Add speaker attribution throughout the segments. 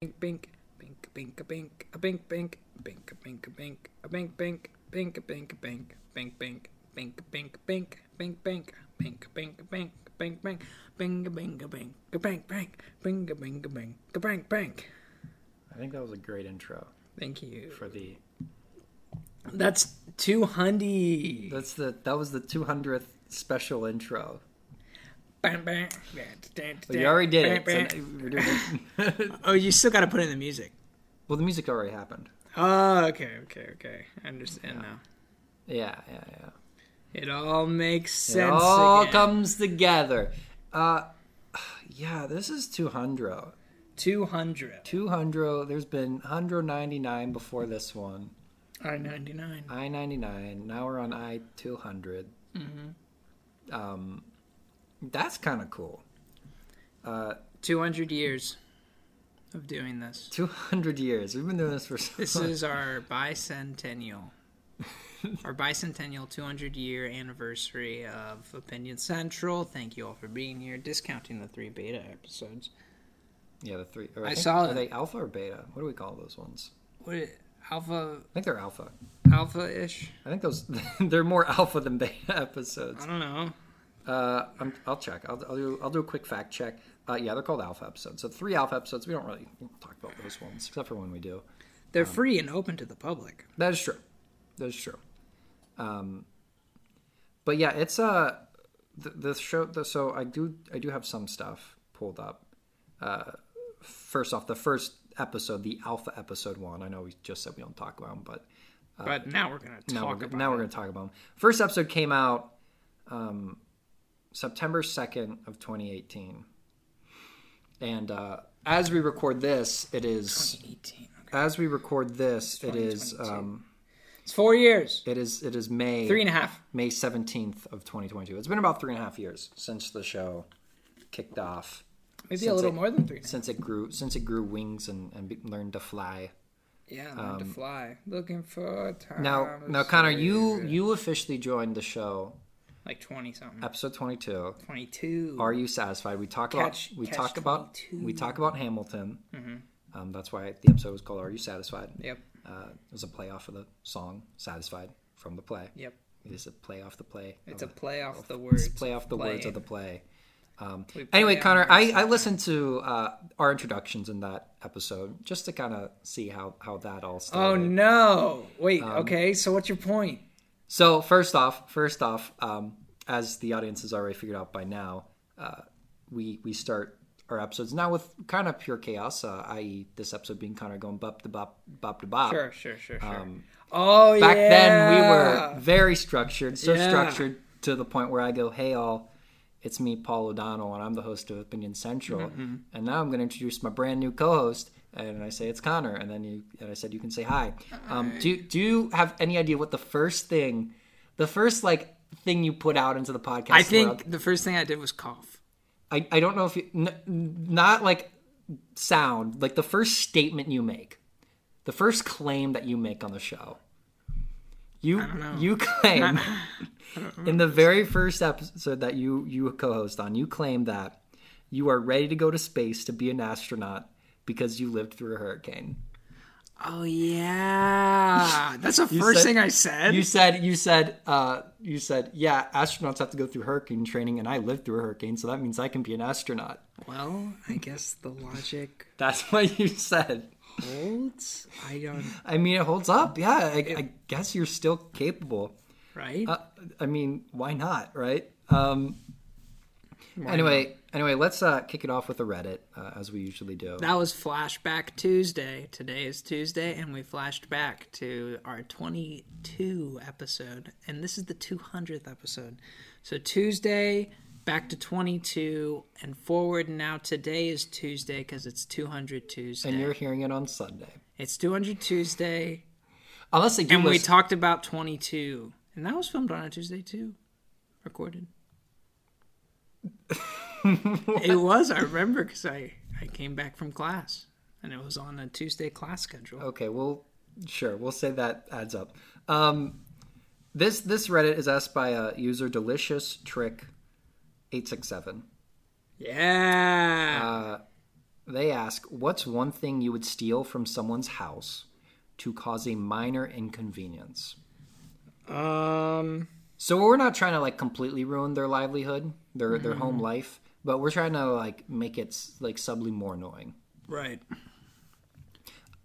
Speaker 1: bink, bink, bink, a bink, a bink, bink, bink, a bink, a bink, a bink, bink, bink, a bink, a bink, bink, bink, bink, bink, bink, bink, bink, bink, bink, bink, bink, bink, bing, a bing, a bing, a bang, bang, bing, a bing, a bing, a bang, bang.
Speaker 2: I think that was a great intro
Speaker 1: Thank you.
Speaker 2: for the.
Speaker 1: That's two hundy.
Speaker 2: That's the that was the 200th special intro.
Speaker 1: Bang, bang.
Speaker 2: But you already did it. so now we're doing it.
Speaker 1: Oh, you still got to put in the music.
Speaker 2: well, the music already happened.
Speaker 1: Oh, okay, okay, okay. I understand now.
Speaker 2: Yeah, yeah, yeah.
Speaker 1: It all makes
Speaker 2: It
Speaker 1: sense.
Speaker 2: all
Speaker 1: again.
Speaker 2: comes together. Uh, yeah, this is 200.
Speaker 1: 200.
Speaker 2: 200. There's been 199 before this one.
Speaker 1: I 99.
Speaker 2: I 99. Now we're on I 200. Mm-hmm. Um, that's kind of cool. Uh,
Speaker 1: 200 years of doing this.
Speaker 2: 200 years. We've been doing this for so
Speaker 1: This
Speaker 2: long.
Speaker 1: is our bicentennial. our bicentennial 200 year anniversary of Opinion Central. Thank you all for being here, discounting the three beta episodes.
Speaker 2: Yeah, the three. Or
Speaker 1: I
Speaker 2: think-
Speaker 1: saw
Speaker 2: Are
Speaker 1: it.
Speaker 2: they alpha or beta? What do we call those ones?
Speaker 1: What it- alpha
Speaker 2: I think they're alpha.
Speaker 1: alpha ish?
Speaker 2: I think those they're more alpha than beta episodes.
Speaker 1: I don't know.
Speaker 2: Uh, I'm, I'll check. I'll, I'll do. I'll do a quick fact check. Uh, yeah, they're called alpha episodes. So three alpha episodes. We don't really talk about those ones except for when we do.
Speaker 1: They're
Speaker 2: Um,
Speaker 1: free and open to the public.
Speaker 2: That is true. That is true. Um, but yeah, it's uh, the, the show. The, so I do. I do have some stuff pulled up. Uh, first off, the first episode, the alpha episode one. I know we just said we don't talk about them, but
Speaker 1: But now we're going to
Speaker 2: uh, now,
Speaker 1: talk
Speaker 2: we're,
Speaker 1: about
Speaker 2: now we're going to talk about them. First episode came out um, September 2nd of 2018. And uh, as we record this, it is
Speaker 1: 18. Okay.
Speaker 2: as we record this, it is um,
Speaker 1: It's four years.
Speaker 2: it is it is May
Speaker 1: Three and a half.
Speaker 2: May 17th of 2022. It's been about three and a half years since the show kicked off.
Speaker 1: Maybe a
Speaker 2: Since
Speaker 1: little
Speaker 2: it-
Speaker 1: more than three. and a half.
Speaker 2: Since it grew, since it grew wings and, and be- learned to fly.
Speaker 1: Yeah, learn to fly. Looking for a time.
Speaker 2: um, Now,
Speaker 1: to
Speaker 2: now, Connor,
Speaker 1: Uh, see.
Speaker 2: you you officially joined the show,
Speaker 1: like twenty something,
Speaker 2: episode 22.
Speaker 1: twenty two.
Speaker 2: Are you satisfied? We talk
Speaker 1: Catch-
Speaker 2: about we
Speaker 1: catch Mm-hmm.
Speaker 2: talk about
Speaker 1: 22.
Speaker 2: we talk about Hamilton. Um, that's why the episode was called "Are You Satisfied?"
Speaker 1: Yep,
Speaker 2: Uh, it was a play off of the song "Satisfied" from the play.
Speaker 1: yep.
Speaker 2: It is a play off the play.
Speaker 1: It's a
Speaker 2: of
Speaker 1: play off the
Speaker 2: the-
Speaker 1: words.
Speaker 2: play off the words of the play.
Speaker 1: We play
Speaker 2: Anyway,
Speaker 1: on
Speaker 2: Connor,
Speaker 1: words.
Speaker 2: I, I listened to uh, our introductions in that episode just to kind of see how how that all started.
Speaker 1: Oh no! Wait.
Speaker 2: Um,
Speaker 1: okay. So what's your point?
Speaker 2: So first off, first off, um, as the audience has already figured out by now, uh, we we start our episodes now with kind of pure chaos, uh, i.e., this episode being Connor going bop to bop bop to bop.
Speaker 1: Sure, sure, sure, sure. oh
Speaker 2: uh, um, Back
Speaker 1: yeah.
Speaker 2: then, we were very structured, so
Speaker 1: Yeah.
Speaker 2: structured to the point where I go, "Hey all, it's me, Paul O'Donnell, and I'm the host of Opinion Central,
Speaker 1: Mm-hmm.
Speaker 2: and now I'm going to introduce my brand new co-host." And I say it's Connor, and then you and I said you can say hi. Um, do do you have any idea what the first thing, the first like thing you put out into the podcast?
Speaker 1: I
Speaker 2: world-
Speaker 1: think the first thing I did was cough.
Speaker 2: I, I don't know if you n- not like sound like the first statement you make, the first claim that you make on the show. You you claim in the very first episode that you you co-host on, you claim that you are ready to go to space to be an astronaut because you lived through a hurricane.
Speaker 1: Oh yeah, that's the first
Speaker 2: said-
Speaker 1: thing I said.
Speaker 2: You said you said uh, you said yeah, astronauts have to go through hurricane training, and I lived through a hurricane, so that means I can be an astronaut.
Speaker 1: well, I guess the logic
Speaker 2: That's what you said.
Speaker 1: holds. I don't.
Speaker 2: I mean, it holds up. Yeah, I, I guess you're still capable.
Speaker 1: Right.
Speaker 2: Uh, I mean, why not, right? Um, anyway, anyway, let's uh, kick it off with a Reddit uh, as we usually do.
Speaker 1: That was Flashback Tuesday. Today is Tuesday, and we flashed back to our 22 episode, and this is the 200th episode. So Tuesday, back to 22, and forward. Now today is Tuesday because it's 200 Tuesday.
Speaker 2: and you're hearing it on Sunday,
Speaker 1: it's 200 Tuesday,
Speaker 2: unless they do.
Speaker 1: and we
Speaker 2: listen-
Speaker 1: talked about 22, and that was filmed on a Tuesday too, recorded. it was. I remember because I I came back from class, and it was on a Tuesday class schedule.
Speaker 2: okay, well, sure, we'll say that adds up. Um, this this Reddit is asked by a user delicious trick eight six seven.
Speaker 1: Uh, Yeah.
Speaker 2: They ask, what's one thing you would steal from someone's house to cause a minor inconvenience?
Speaker 1: Um,
Speaker 2: So we're not trying to like completely ruin their livelihood, their their home life, but we're trying to like make it s- like subtly more annoying.
Speaker 1: right.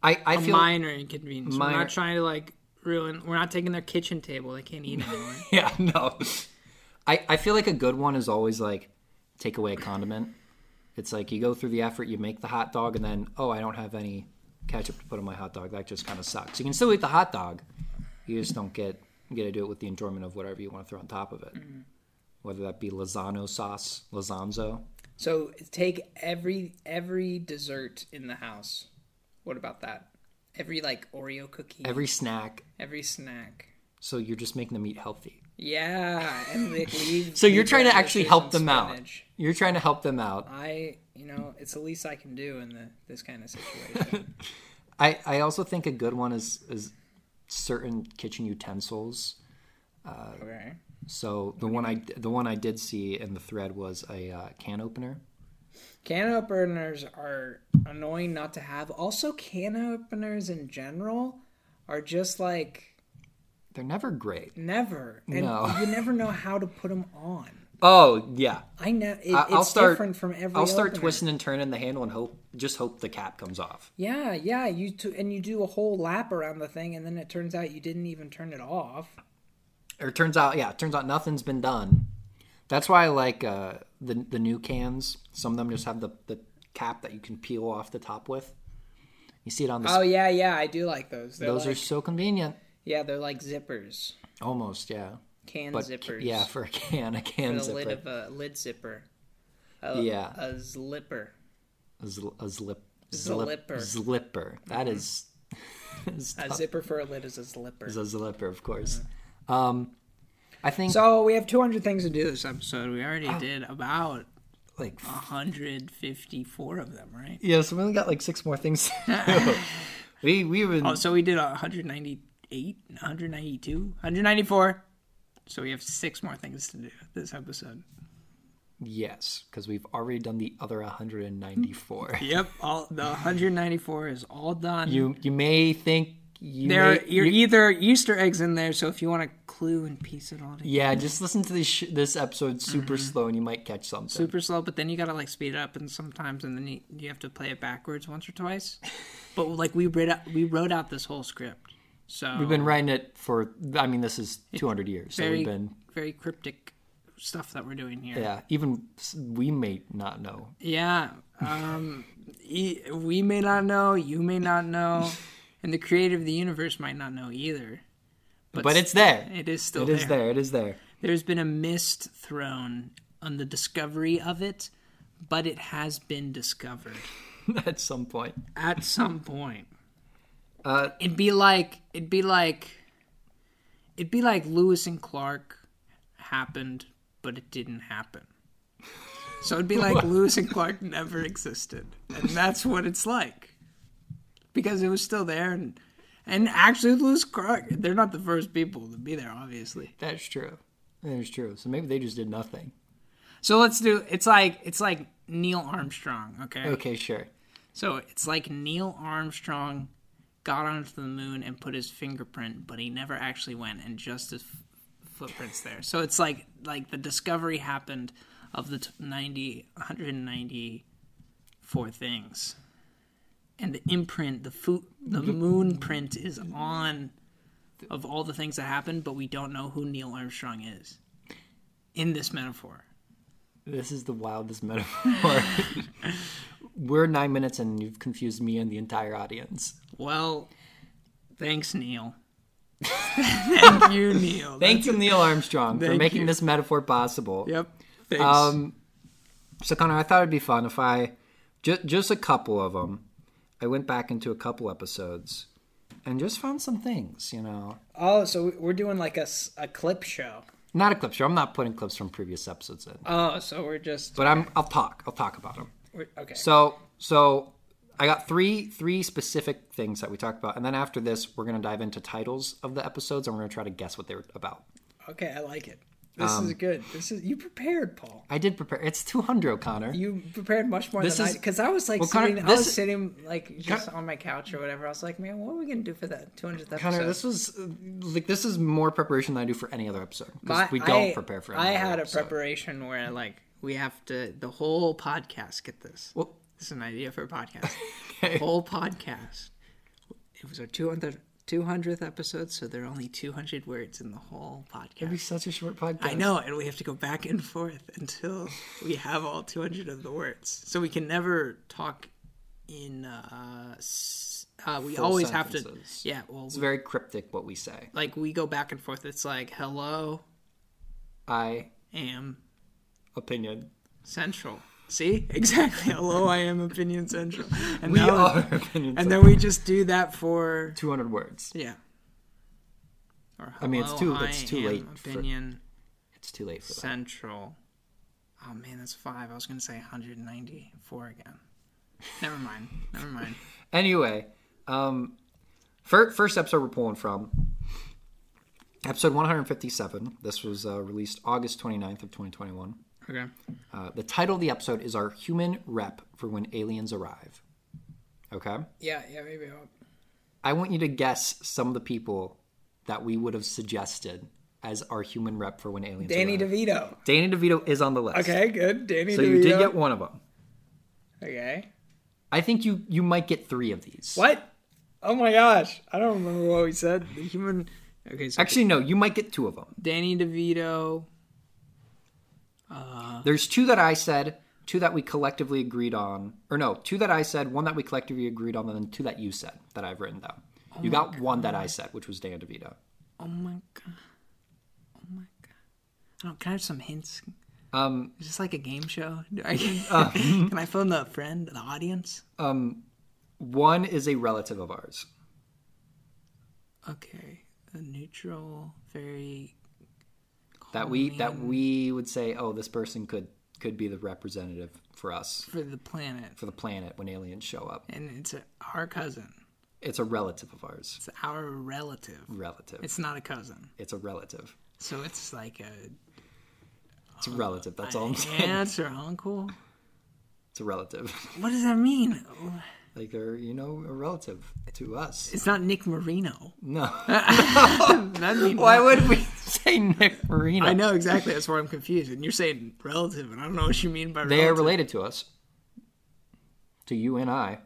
Speaker 2: I I
Speaker 1: A
Speaker 2: feel
Speaker 1: minor inconvenience. We're
Speaker 2: Minor-
Speaker 1: not trying to like ruin. We're not taking their kitchen table. They can't eat anymore.
Speaker 2: yeah no, I I feel like a good one is always like take away a condiment. It's like you go through the effort, you make the hot dog, and then oh I don't have any ketchup to put on my hot dog. That just kind of sucks. You can still eat the hot dog, you just don't get get to do it with the enjoyment of whatever you want to throw on top of it, whether that be Lozano sauce, Lozanzo.
Speaker 1: so take every every dessert in the house. What about that? Every like Oreo cookie, every,
Speaker 2: every snack.
Speaker 1: snack.
Speaker 2: So you're just making them eat healthy.
Speaker 1: Yeah, and like leave.
Speaker 2: So you're
Speaker 1: leave
Speaker 2: trying to
Speaker 1: lettuces
Speaker 2: actually help
Speaker 1: and
Speaker 2: them out.
Speaker 1: spinach.
Speaker 2: You're trying to help them out.
Speaker 1: I, you know, it's the least I can do in the, this kind of situation.
Speaker 2: I, I also think a good one is is certain kitchen utensils.
Speaker 1: okay.
Speaker 2: So the one I the one I did see in the thread was a uh, can opener.
Speaker 1: Can openers are annoying not to have. Also, can openers in general are just like
Speaker 2: They're never great.
Speaker 1: never, and
Speaker 2: No.
Speaker 1: you never know how to put them on.
Speaker 2: Oh yeah,
Speaker 1: I know it,
Speaker 2: I- I'll
Speaker 1: it's
Speaker 2: start.
Speaker 1: different from every.
Speaker 2: I'll start
Speaker 1: opener.
Speaker 2: twisting and turning the handle and hope just hope the cap comes off.
Speaker 1: Yeah, yeah. You t- and you do a whole lap around the thing, and then it turns out you didn't even turn it off.
Speaker 2: Or it turns out yeah, it turns out nothing's been done. That's why I like uh, the the new cans. Some of them just have the, the cap that you can peel off the top with. You see it on the
Speaker 1: Oh yeah, yeah. I do like those. They're
Speaker 2: Those
Speaker 1: like,
Speaker 2: are so convenient.
Speaker 1: yeah, they're like zippers,
Speaker 2: Almost, yeah.
Speaker 1: can
Speaker 2: But
Speaker 1: zippers.
Speaker 2: yeah, for a can, a can
Speaker 1: the
Speaker 2: zipper,
Speaker 1: lid of a lid zipper. A,
Speaker 2: Yeah.
Speaker 1: a zlipper.
Speaker 2: a, zl- a zlip, zlip,
Speaker 1: Zlipper.
Speaker 2: zlipper. Mm-hmm. That is, is
Speaker 1: A
Speaker 2: tough.
Speaker 1: zipper for a lid is a zlipper.
Speaker 2: Is a zlipper, of course. Um, I think
Speaker 1: So we have 200 things to do this episode. We already
Speaker 2: Oh.
Speaker 1: did about
Speaker 2: like
Speaker 1: 154 of them, right?
Speaker 2: yeah, so we only got like six more things. To do. we we even
Speaker 1: Oh, so we did 198, 192, 194. So we have six more things to do this episode.
Speaker 2: yes, because we've already done the other 194.
Speaker 1: Yep, all the 194 is all done.
Speaker 2: You you may think you
Speaker 1: there,
Speaker 2: may-
Speaker 1: you're either Easter eggs in there, so if you want to clue and piece it all together,
Speaker 2: yeah, just listen to this sh- this episode super slow and you might catch something.
Speaker 1: super slow. But then you gotta like speed it up, and sometimes, and then you, you have to play it backwards once or twice. but like we read, out, we wrote out this whole script, so
Speaker 2: We've been writing it for, I mean, this is 200 years. So
Speaker 1: very
Speaker 2: we've been,
Speaker 1: very cryptic stuff that we're doing here.
Speaker 2: yeah, even s- we may not know.
Speaker 1: Yeah. Um, e- we may not know, you may not know, and the creator of the universe might not know either.
Speaker 2: But, it's there.
Speaker 1: It is still
Speaker 2: It
Speaker 1: there.
Speaker 2: is there. It is there.
Speaker 1: There's been a mist thrown on the discovery of it, but it has been discovered
Speaker 2: At some point.
Speaker 1: at some point.
Speaker 2: Uh,
Speaker 1: It'd be like it'd be like it'd be like Lewis and Clark happened, but it didn't happen. So it'd be like Lewis and Clark never existed, and that's what it's like because it was still there. And and actually, Lewis Clark, they're not the first people to be there, obviously.
Speaker 2: That's true. That is true. So maybe they just did nothing.
Speaker 1: So let's do. It's like it's like Neil Armstrong. Okay.
Speaker 2: Okay, sure.
Speaker 1: So it's like Neil Armstrong got onto the moon and put his fingerprint, but he never actually went, and just his f- footprints there. So it's like like the discovery happened of the t- 90, 194 things, and the imprint, the fo- the moon print is on of all the things that happened, but we don't know who Neil Armstrong is in this metaphor.
Speaker 2: This is the wildest metaphor. We're nine minutes and you've confused me and the entire audience.
Speaker 1: Well, thanks, Neil. Thank you, Neil.
Speaker 2: Thank you, Neil Armstrong, for
Speaker 1: Thank
Speaker 2: making
Speaker 1: you.
Speaker 2: this metaphor possible.
Speaker 1: Yep. Thanks.
Speaker 2: Um, so Connor, I thought it'd be fun if I ju- just a couple of them. I went back into a couple episodes and just found some things. You know,
Speaker 1: oh, so we- we're doing like a, s- a clip show.
Speaker 2: not a clip show. I'm not putting clips from previous episodes in,
Speaker 1: Oh, so we're just
Speaker 2: but I'm. I'll talk. I'll talk about them.
Speaker 1: we're, okay.
Speaker 2: So so I got three three specific things that we talked about, and then after this, we're gonna dive into titles of the episodes, and we're gonna try to guess what they're about.
Speaker 1: okay, I like it.
Speaker 2: um,
Speaker 1: This is good. This is you prepared, Paul.
Speaker 2: I did prepare. It's 200, Connor.
Speaker 1: You prepared much more
Speaker 2: This
Speaker 1: than I
Speaker 2: is-
Speaker 1: because I was like
Speaker 2: Well, Connor,
Speaker 1: sitting. I
Speaker 2: this
Speaker 1: was
Speaker 2: is-
Speaker 1: sitting like just on my couch or whatever. I was like, man, what are we gonna do for that 200th episode?
Speaker 2: Connor, this was uh, like this is more preparation than I do for any other episode
Speaker 1: My-
Speaker 2: because we don't
Speaker 1: I-
Speaker 2: prepare for. Any
Speaker 1: I
Speaker 2: other
Speaker 1: had a
Speaker 2: episode.
Speaker 1: preparation where like we have to the whole podcast get this.
Speaker 2: Well,
Speaker 1: This is an idea for a podcast. Whole podcast. It was our 200th, 200th episode, so there are only 200 words in the whole
Speaker 2: it'd be
Speaker 1: podcast.
Speaker 2: such a short podcast.
Speaker 1: I know, and we have to go back and forth until we have all 200 of the words. So we can never talk in. Uh, s- uh, we
Speaker 2: Full
Speaker 1: always have
Speaker 2: sentences.
Speaker 1: to. Yeah, well,
Speaker 2: It's very cryptic what we say.
Speaker 1: like we go back and forth. It's like, hello,
Speaker 2: I
Speaker 1: am
Speaker 2: opinion.
Speaker 1: central. See? Exactly. Hello, I am opinion central. And
Speaker 2: We
Speaker 1: now-
Speaker 2: are opinions.
Speaker 1: And then we just do that for
Speaker 2: 200 words.
Speaker 1: yeah. Or
Speaker 2: I mean, it's
Speaker 1: hello,
Speaker 2: too- it's
Speaker 1: I
Speaker 2: too
Speaker 1: am
Speaker 2: late for-
Speaker 1: Opinion
Speaker 2: It's too late for that.
Speaker 1: Central. Oh man, that's five. I was gonna say 194 again. Never mind. Never mind.
Speaker 2: Anyway, um, fir- first episode we're pulling from episode 157. This was uh, released August 29th of 2021.
Speaker 1: Okay.
Speaker 2: Uh, the title of the episode is our human rep for when aliens arrive. Okay,
Speaker 1: Yeah. Yeah. Maybe. I'll...
Speaker 2: I want you to guess some of the people that we would have suggested as our human rep for when aliens
Speaker 1: Danny
Speaker 2: arrive.
Speaker 1: DeVito.
Speaker 2: Danny DeVito is on the list.
Speaker 1: Okay. Good. Danny
Speaker 2: so
Speaker 1: DeVito.
Speaker 2: you did get one of them.
Speaker 1: Okay.
Speaker 2: I think you you might get three of these.
Speaker 1: What? Oh my gosh! I don't remember what we said. The human. Okay. So
Speaker 2: Actually, no, you might get two of them.
Speaker 1: Danny DeVito.
Speaker 2: There's two that I said, two that we collectively agreed on, or no, two that I said, one that we collectively agreed on, and then two that you said that I've written down. you got one that I said, which was Dan DeVito.
Speaker 1: Oh my god. Oh my god. I don't, can I have some hints?
Speaker 2: Um,
Speaker 1: Is this like a game show? Do I,
Speaker 2: Uh, mm-hmm.
Speaker 1: can I phone the friend, the audience?
Speaker 2: um, one is a relative of ours.
Speaker 1: Okay. A neutral, very. Oh,
Speaker 2: that we that we would say, oh, this person could could be the representative for us
Speaker 1: for the planet.
Speaker 2: for the planet when aliens show up.
Speaker 1: And it's a, our cousin.
Speaker 2: It's a relative of ours.
Speaker 1: It's our relative.
Speaker 2: Relative. It's,
Speaker 1: It's not a cousin.
Speaker 2: a relative.
Speaker 1: So it's like a
Speaker 2: It's a relative. That's
Speaker 1: Oh,
Speaker 2: all I'm saying.
Speaker 1: aunt or uncle?
Speaker 2: It's a relative.
Speaker 1: What does that mean?
Speaker 2: Like they're you know a relative to us.
Speaker 1: It's not Nick Marino.
Speaker 2: No.
Speaker 1: That means
Speaker 2: Why would we say Nick Marino?
Speaker 1: I know exactly. That's where I'm confused. And you're saying relative, and I don't know what you mean by
Speaker 2: They are
Speaker 1: relative.
Speaker 2: related to us. To you and I.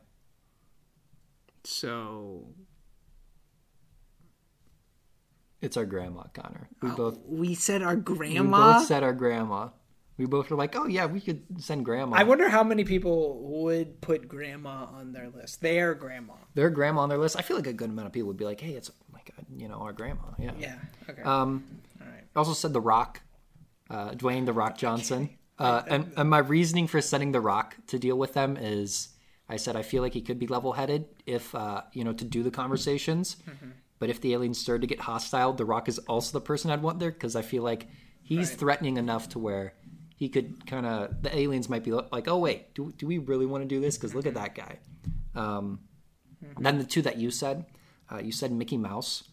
Speaker 1: so
Speaker 2: It's our grandma, Connor. We both
Speaker 1: we said our
Speaker 2: we
Speaker 1: grandma.
Speaker 2: both said our grandma. We both were like, oh yeah, we could send grandma.
Speaker 1: I wonder how many people would put grandma on their list. Their grandma.
Speaker 2: their grandma on their list. I feel like a good amount of people would be like, "Hey, it's like uh, you know our grandma." Yeah.
Speaker 1: Yeah. Okay.
Speaker 2: Um,
Speaker 1: All right.
Speaker 2: I also said The Rock, uh, Dwayne The Rock Johnson, uh, and, and my reasoning for sending The Rock to deal with them is, I said I feel like he could be level-headed if uh, you know to do the conversations, but if the aliens started to get hostile, The Rock is also the person I'd want there because I feel like he's threatening enough to where. He could kind of the aliens might be like, oh wait, do, do we really want to do this? Because look at that guy. Um, Then the two that you said, uh, you said Mickey Mouse,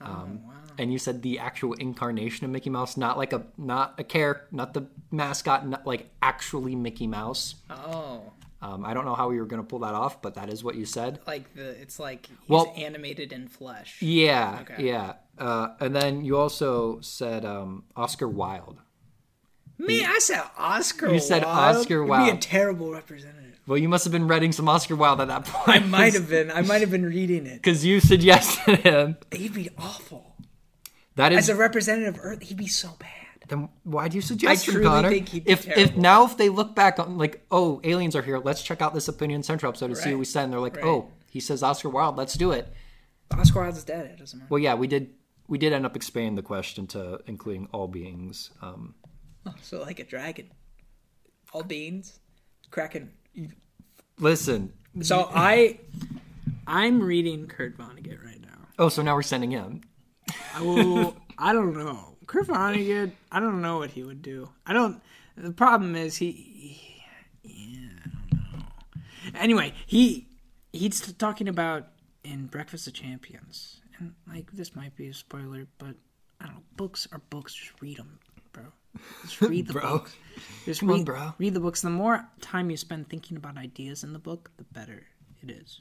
Speaker 1: Oh,
Speaker 2: um, and you said the actual incarnation of Mickey Mouse, not like a not a character, not the mascot, not like actually Mickey Mouse.
Speaker 1: Oh,
Speaker 2: Um, I don't know how we were gonna pull that off, but that is what you said.
Speaker 1: like the it's like he's
Speaker 2: Well-
Speaker 1: animated in flesh.
Speaker 2: Yeah,
Speaker 1: Okay.
Speaker 2: yeah. Uh, and then you also said um, Oscar Wilde.
Speaker 1: Me, I said Oscar.
Speaker 2: You said
Speaker 1: Wilde.
Speaker 2: Oscar
Speaker 1: Would Be a
Speaker 2: Wilde.
Speaker 1: terrible representative.
Speaker 2: Well, you must have been reading some Oscar Wilde at that point.
Speaker 1: I might have been. I might have been reading it.
Speaker 2: because you suggested him.
Speaker 1: He'd be awful
Speaker 2: That is
Speaker 1: as a representative of Earth. He'd be so bad.
Speaker 2: Then why do you suggest him,
Speaker 1: truly
Speaker 2: Connor?
Speaker 1: think he'd be
Speaker 2: if if
Speaker 1: terrible.
Speaker 2: now if they look back on like, oh, aliens are here, let's check out this Opinion Central episode and see what we
Speaker 1: Right.
Speaker 2: said, and they're like,
Speaker 1: Right.
Speaker 2: oh, he says Oscar Wilde, let's do it.
Speaker 1: Oscar Wilde's dead. It doesn't matter.
Speaker 2: Well, yeah, we did we did end up expanding the question to including all beings. Um,
Speaker 1: So like a dragon, all beans, kraken.
Speaker 2: listen,
Speaker 1: So I, I'm reading Kurt Vonnegut right now.
Speaker 2: oh, so now we're sending him.
Speaker 1: Well, I don't know. Kurt Vonnegut, I don't know what he would do. I don't. The problem is he. he- yeah, I don't know. Anyway, he he's talking about in Breakfast of Champions, and like this might be a spoiler, but I don't know. Books are books. Just read them, bro. Just read the
Speaker 2: bro.
Speaker 1: books. Just
Speaker 2: Come on,
Speaker 1: read,
Speaker 2: bro.
Speaker 1: read the books. The more time you spend thinking about ideas in the book, the better it is.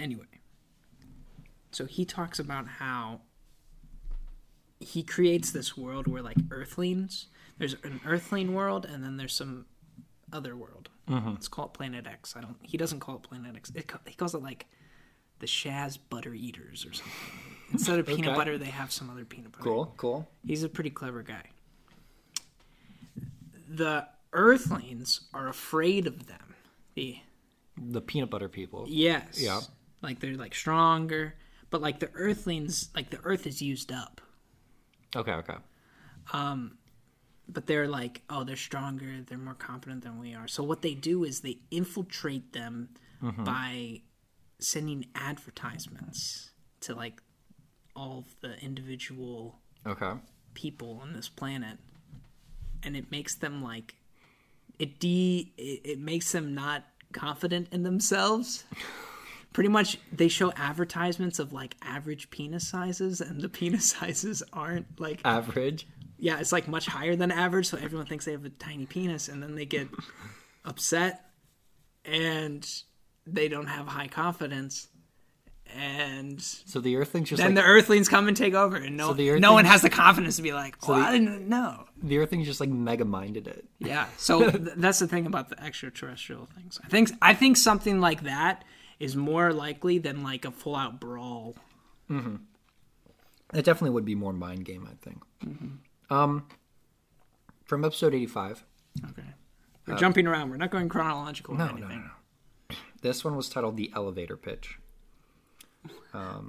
Speaker 1: Anyway, so he talks about how he creates this world where like earthlings, there's an earthling world, and then there's some other world.
Speaker 2: Mm-hmm.
Speaker 1: Let's call it Planet X. I don't. He doesn't call it Planet X. It, ca- he calls it like the Shaz Butter Eaters or something. Instead of peanut
Speaker 2: Okay.
Speaker 1: butter, they have some other peanut butter.
Speaker 2: Cool, cool.
Speaker 1: He's a pretty clever guy. The Earthlings are afraid of them. The
Speaker 2: The peanut butter people.
Speaker 1: yes,
Speaker 2: Yeah.
Speaker 1: like they're like stronger, but like the Earthlings, like the Earth is used up.
Speaker 2: Okay, okay.
Speaker 1: But they're like, oh, they're stronger. They're more competent than we are. So what they do is they infiltrate them by sending advertisements to like all of the individual
Speaker 2: Okay.
Speaker 1: people on this planet and it makes them like it de it, it makes them not confident in themselves pretty much they show advertisements of like average penis sizes and the penis sizes aren't like
Speaker 2: Average.
Speaker 1: yeah it's like much higher than average so everyone thinks they have a tiny penis and then they get upset and they don't have high confidence and
Speaker 2: So the earthlings just
Speaker 1: then
Speaker 2: like
Speaker 1: the earthlings come and take over and no,
Speaker 2: the
Speaker 1: no
Speaker 2: Earthlings-
Speaker 1: one has the confidence to be like oh i didn't know
Speaker 2: the earthlings just like mega minded it.
Speaker 1: yeah so th- that's the thing about the extraterrestrial things i think i think something like that is more likely than like a full out brawl
Speaker 2: It definitely would be more mind game, I think. Um,
Speaker 1: Mm-hmm.
Speaker 2: from episode eighty five,
Speaker 1: okay we're jumping around we're not going chronological or
Speaker 2: Uh, no, no,
Speaker 1: anything
Speaker 2: this one was titled "The Elevator Pitch."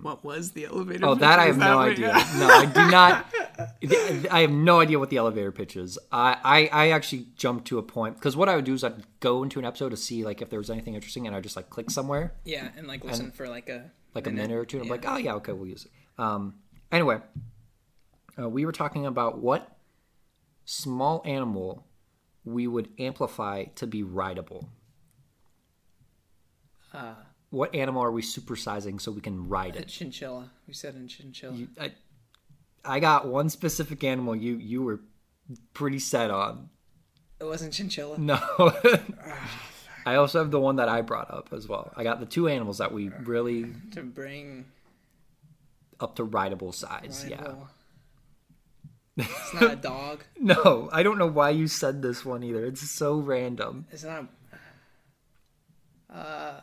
Speaker 1: what was the elevator
Speaker 2: Oh,
Speaker 1: pitch?
Speaker 2: that I
Speaker 1: Is
Speaker 2: have no
Speaker 1: what-
Speaker 2: idea. No, I do not. th- I have no idea what the elevator pitch is. I, I, I actually jumped to a point because what I would do is I'd go into an episode to see like if there was anything interesting, and I would just like click somewhere
Speaker 1: yeah and like listen for like a
Speaker 2: like a minute or two, and I'm like, oh yeah, okay, we'll use it. Um, anyway, uh, we were talking about what small animal we would amplify to be rideable. Uh. what animal are we supersizing so we can ride
Speaker 1: a
Speaker 2: it?
Speaker 1: chinchilla we said in chinchilla
Speaker 2: I, I got one specific animal you you were pretty set on.
Speaker 1: it wasn't chinchilla
Speaker 2: No. I also have the one that I brought up as well. I got the two animals that we really
Speaker 1: to bring
Speaker 2: up to rideable size. Yeah.
Speaker 1: rival- it's not a dog
Speaker 2: No, I don't know why you said this one either. It's so random.
Speaker 1: It's not uh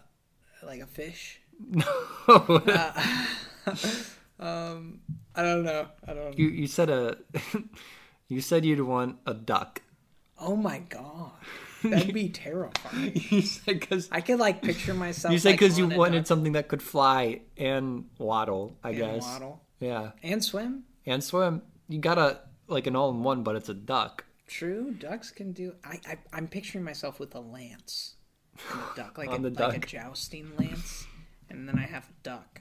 Speaker 1: like a fish. Uh,
Speaker 2: you
Speaker 1: Um I don't know. I don't
Speaker 2: you said a you said you'd want a duck.
Speaker 1: Oh my god. That'd be terrifying.
Speaker 2: You said because
Speaker 1: I could like picture myself
Speaker 2: you said
Speaker 1: like,
Speaker 2: because you
Speaker 1: on a
Speaker 2: wanted
Speaker 1: duck
Speaker 2: something that could fly and waddle. I
Speaker 1: and
Speaker 2: guess.
Speaker 1: waddle
Speaker 2: Yeah,
Speaker 1: and swim.
Speaker 2: and swim. You got a like an all-in-one, but it's a duck.
Speaker 1: True, ducks can do I, I I'm picturing myself with a lance and a duck like
Speaker 2: On
Speaker 1: a
Speaker 2: the
Speaker 1: like
Speaker 2: duck.
Speaker 1: a jousting lance and then I have a duck.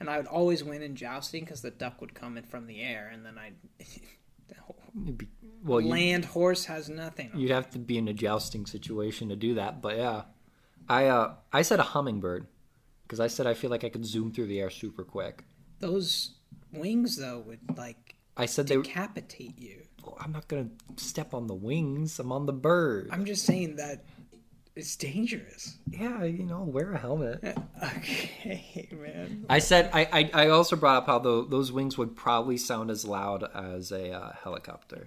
Speaker 1: And I would always win in jousting because the duck would come in from the air, and then oh, I
Speaker 2: It'd be- well, you,
Speaker 1: land horse has nothing.
Speaker 2: you'd have to be in a jousting situation to do that. But yeah, I uh I said a hummingbird because I said I feel like I could zoom through the air super quick.
Speaker 1: Those wings though would like
Speaker 2: I said they.
Speaker 1: decapitate you.
Speaker 2: Well, I'm not gonna step on the wings. I'm on the bird.
Speaker 1: I'm just saying that it's dangerous.
Speaker 2: Yeah, you know, wear a helmet.
Speaker 1: Okay, man.
Speaker 2: I said I, I, I also brought up how tho- those wings would probably sound as loud as a uh, helicopter,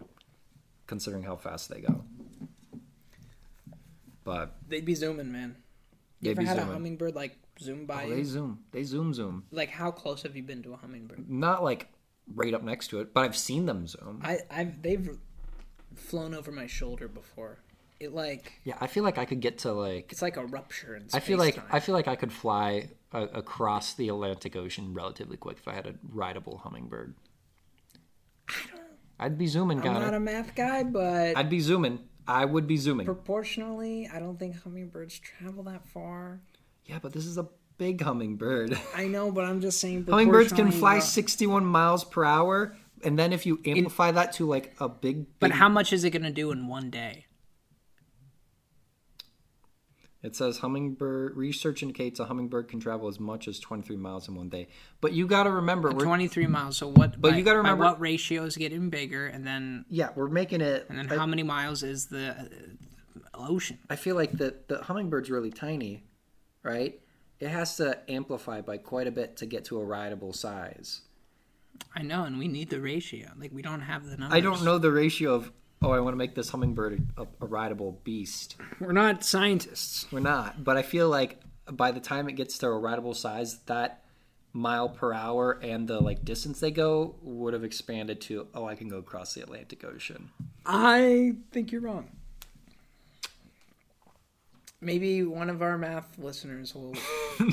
Speaker 2: considering how fast they go. But
Speaker 1: They'd be zooming, man.
Speaker 2: they
Speaker 1: You ever
Speaker 2: be
Speaker 1: had
Speaker 2: zooming. Oh,
Speaker 1: a hummingbird like zoom by
Speaker 2: they
Speaker 1: you?
Speaker 2: zoom. They zoom zoom.
Speaker 1: Like how close have you been to a hummingbird?
Speaker 2: Not like right up next to it, but I've seen them zoom.
Speaker 1: I I've they've flown over my shoulder before. It like
Speaker 2: Yeah, I feel like I could get to like.
Speaker 1: it's like a rupture in space
Speaker 2: I feel like I feel like I could fly a, across the Atlantic Ocean relatively quick if I had a rideable hummingbird. I'd be zooming,
Speaker 1: I'm not
Speaker 2: guy.
Speaker 1: a math guy, but
Speaker 2: I'd be zooming. I would be zooming.
Speaker 1: proportionally, I don't think hummingbirds travel that far.
Speaker 2: Yeah, but this is a big hummingbird.
Speaker 1: I know, but I'm just saying.
Speaker 2: Hummingbirds can
Speaker 1: proportionally,
Speaker 2: fly
Speaker 1: uh,
Speaker 2: 61 miles per hour, and then if you amplify that to like a big,
Speaker 1: But
Speaker 2: big-
Speaker 1: how much is it going to do in one day?
Speaker 2: It says hummingbird research indicates a hummingbird can travel as much as 23 miles in one day. But you got to remember, we're,
Speaker 1: 23 miles. So what?
Speaker 2: But
Speaker 1: by-
Speaker 2: you gotta
Speaker 1: by
Speaker 2: remember-
Speaker 1: what ratio is getting bigger, and then
Speaker 2: yeah, we're making it.
Speaker 1: and then
Speaker 2: I,
Speaker 1: how many miles is the uh, ocean?
Speaker 2: I feel like the the hummingbird's really tiny, right? It has to amplify by quite a bit to get to a rideable size.
Speaker 1: I know, and we need the ratio. Like we don't have the numbers.
Speaker 2: I don't know the ratio of. Oh, I want to make this hummingbird a, a rideable beast.
Speaker 1: We're not scientists.
Speaker 2: We're not, but I feel like by the time it gets to a rideable size, that mile per hour and the like distance they go would have expanded to. Oh, I can go across the Atlantic Ocean.
Speaker 1: I think you're wrong. Maybe one of our math listeners will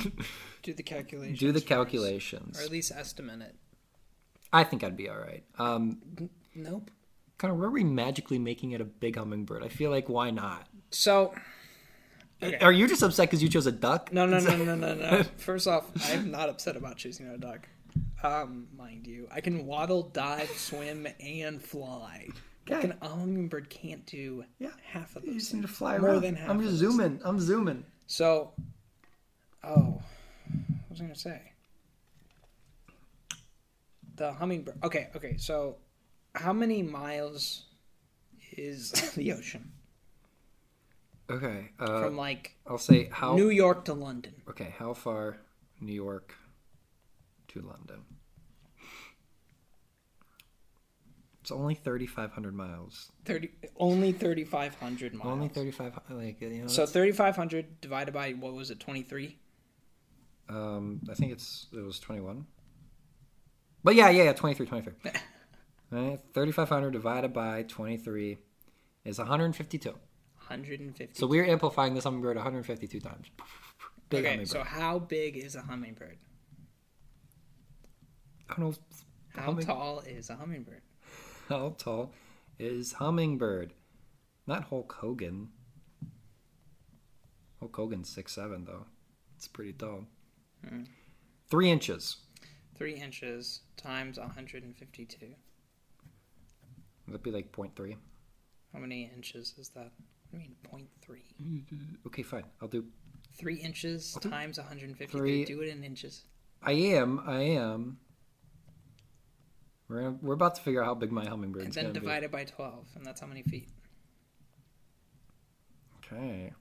Speaker 1: do the calculations.
Speaker 2: Do the
Speaker 1: for us, or
Speaker 2: calculations.
Speaker 1: at least estimate it.
Speaker 2: I think I'd be all right. Um,
Speaker 1: Nope.
Speaker 2: kind of where are we magically making it a big hummingbird? I feel like why not?
Speaker 1: So
Speaker 2: Are you just upset because you chose a duck?
Speaker 1: No, no, no, no, no, no. First off, I'm not upset about choosing a duck. Um, mind you, I can waddle, dive, swim, and fly. Like an
Speaker 2: Okay.
Speaker 1: hummingbird can't do
Speaker 2: Yeah.
Speaker 1: half of
Speaker 2: You
Speaker 1: those.
Speaker 2: just need to fly
Speaker 1: More
Speaker 2: around.
Speaker 1: than half
Speaker 2: I'm
Speaker 1: of
Speaker 2: just
Speaker 1: those
Speaker 2: zooming. I'm zooming.
Speaker 1: So, oh, what was I gonna say? The hummingbird. Okay, okay. So, how many miles is the ocean
Speaker 2: Okay. Uh,
Speaker 1: from like
Speaker 2: I'll say how.
Speaker 1: New York to London?
Speaker 2: okay, how far New York to London? It's only 3,500 miles.
Speaker 1: Thirty, only thirty-five hundred miles.
Speaker 2: Only 3,500. Like you know.
Speaker 1: So 3,500 divided by what was it, 23?
Speaker 2: um, I think it's it was 21. But yeah, yeah, yeah 23, 23. Uh, 3,500 divided by 23 is 152.
Speaker 1: 150.
Speaker 2: So we're amplifying this hummingbird 152 times. Big
Speaker 1: okay,
Speaker 2: hummingbird.
Speaker 1: so how big is a hummingbird?
Speaker 2: I don't know
Speaker 1: How
Speaker 2: Humming-
Speaker 1: tall is a hummingbird?
Speaker 2: how tall is hummingbird. Not Hulk Hogan. Hulk Hogan's six seven though. It's pretty tall.
Speaker 1: Hmm.
Speaker 2: Three inches.
Speaker 1: Three inches times 152.
Speaker 2: That'd be like 0.3.
Speaker 1: How many inches is that? I mean, 0.3.
Speaker 2: Okay, fine. I'll do.
Speaker 1: Three inches times 153.
Speaker 2: Three-
Speaker 1: Do it in inches.
Speaker 2: I am. I am. We're gonna, we're about to figure out how big my hummingbird
Speaker 1: And
Speaker 2: is
Speaker 1: then
Speaker 2: gonna
Speaker 1: divide it by 12, and that's how many feet.
Speaker 2: be. Okay.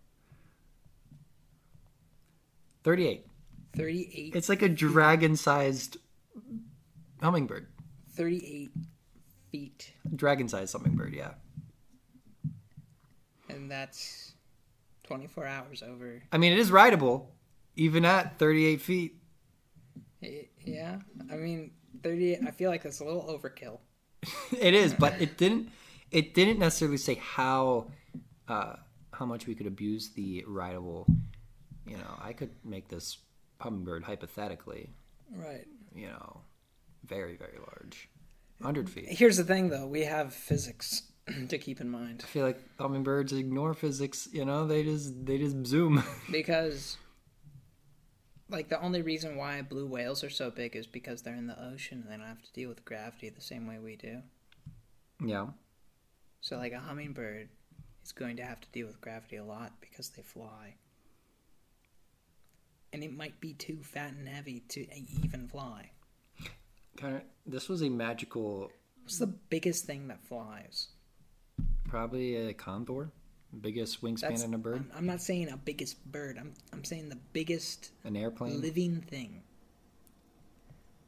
Speaker 2: Thirty-eight.
Speaker 1: 38,
Speaker 2: It's like a dragon-sized hummingbird.
Speaker 1: 38 feet.
Speaker 2: Dragon-sized hummingbird. Yeah.
Speaker 1: And that's 24 hours over.
Speaker 2: I mean, it is rideable, even at 38 feet.
Speaker 1: Y- Yeah, I mean, 38, I feel like that's a little overkill.
Speaker 2: It is, but it didn't. It didn't necessarily say how uh, how much we could abuse the rideable. You know, I could make this hummingbird hypothetically.
Speaker 1: Right.
Speaker 2: You know, very very large, 100 feet.
Speaker 1: Here's the thing, though. We have physics to keep in mind
Speaker 2: I feel like hummingbirds ignore physics. You know, they just they just zoom.
Speaker 1: because, like, the only reason why blue whales are so big is because they're in the ocean and they don't have to deal with gravity the same way we do.
Speaker 2: yeah,
Speaker 1: So, like, a hummingbird is going to have to deal with gravity a lot because they fly. And it might be too fat and heavy to even fly.
Speaker 2: kind of. This was a magical,
Speaker 1: What's the biggest thing that flies?
Speaker 2: probably a condor, biggest wingspan
Speaker 1: That's,
Speaker 2: in a bird,
Speaker 1: I'm, I'm not saying a biggest bird. I'm I'm saying the biggest
Speaker 2: an airplane.
Speaker 1: living thing.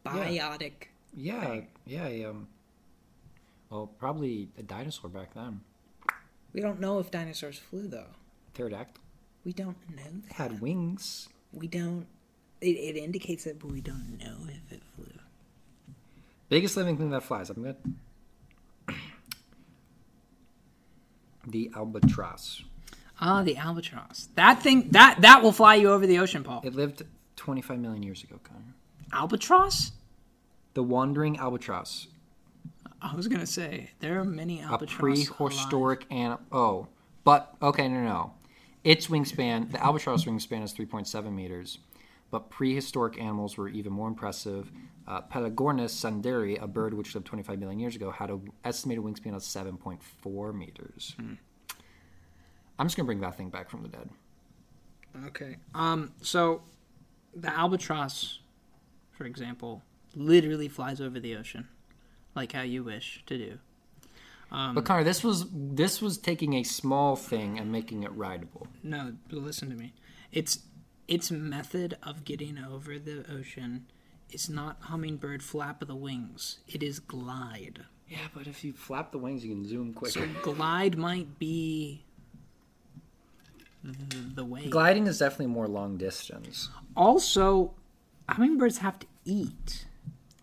Speaker 2: Yeah.
Speaker 1: Biotic.
Speaker 2: Yeah, yeah, yeah. Um, well, probably a dinosaur back then.
Speaker 1: We don't know if dinosaurs flew though.
Speaker 2: Pterodactyl
Speaker 1: We don't know. That.
Speaker 2: had wings.
Speaker 1: We don't. It, it indicates it, but we don't know if it flew.
Speaker 2: Biggest living thing that flies. I'm good. The albatross.
Speaker 1: Ah, the albatross. That thing that that will fly you over the ocean, Paul.
Speaker 2: It lived 25 million years ago, Connor.
Speaker 1: Albatross?
Speaker 2: The wandering albatross,
Speaker 1: I was gonna say there are many
Speaker 2: a
Speaker 1: albatross. alive.
Speaker 2: prehistoric animal. Oh, but okay, no, no, no. Its wingspan, the albatross wingspan, is 3.7 meters. But prehistoric animals were even more impressive. Uh, Pelagornis sanderi, a bird which lived 25 million years ago, had an estimated wingspan of Hmm. 7.4 meters. I'm just gonna bring that thing back from the dead.
Speaker 1: Okay. Um. So, the albatross, for example, literally flies over the ocean, like how you wish to do.
Speaker 2: but Connor, this was this was taking a small thing and making it rideable.
Speaker 1: No, but listen to me. It's its method of getting over the ocean is not hummingbird flap of the wings. It is glide.
Speaker 2: Yeah, but if you flap the wings, you can zoom quicker.
Speaker 1: Glide might be the, the way.
Speaker 2: Gliding is definitely more long distance.
Speaker 1: also, hummingbirds have to eat.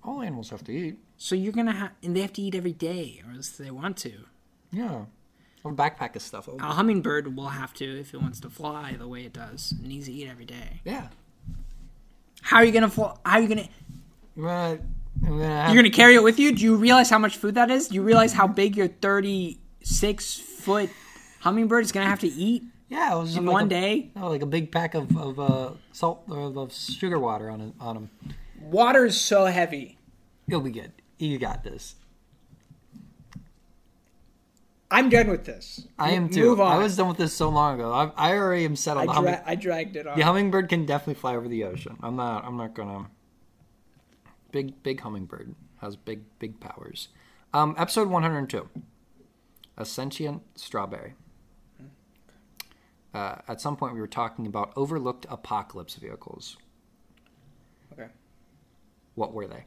Speaker 2: All animals have to eat.
Speaker 1: So you're gonna have, and they have to eat every day, or else they want to.
Speaker 2: Yeah. Or backpack is stuff.
Speaker 1: A hummingbird will have to if it wants to fly the way it does. It needs to eat every day.
Speaker 2: Yeah.
Speaker 1: How are you gonna fly? How are you gonna?
Speaker 2: Right. And then I have-
Speaker 1: You're gonna carry it with you? Do you realize how much food that is? Do you realize how big your 36 foot hummingbird is gonna have to eat
Speaker 2: yeah, it was
Speaker 1: in
Speaker 2: like
Speaker 1: one
Speaker 2: a-
Speaker 1: day?
Speaker 2: Oh, like a big pack of, of uh, salt or of, of sugar water on it, on them.
Speaker 1: Water is so heavy.
Speaker 2: You'll be good. You got this.
Speaker 1: I'm done with this.
Speaker 2: I am too. I was done with this so long ago. I, I already am settled. on humming-
Speaker 1: I dragged it off.
Speaker 2: the hummingbird can definitely fly over the ocean. I'm not. I'm not gonna. Big big hummingbird has big big powers. Um, episode 102. A sentient strawberry. Uh, at some point, we were talking about overlooked apocalypse vehicles.
Speaker 1: Okay.
Speaker 2: What were they?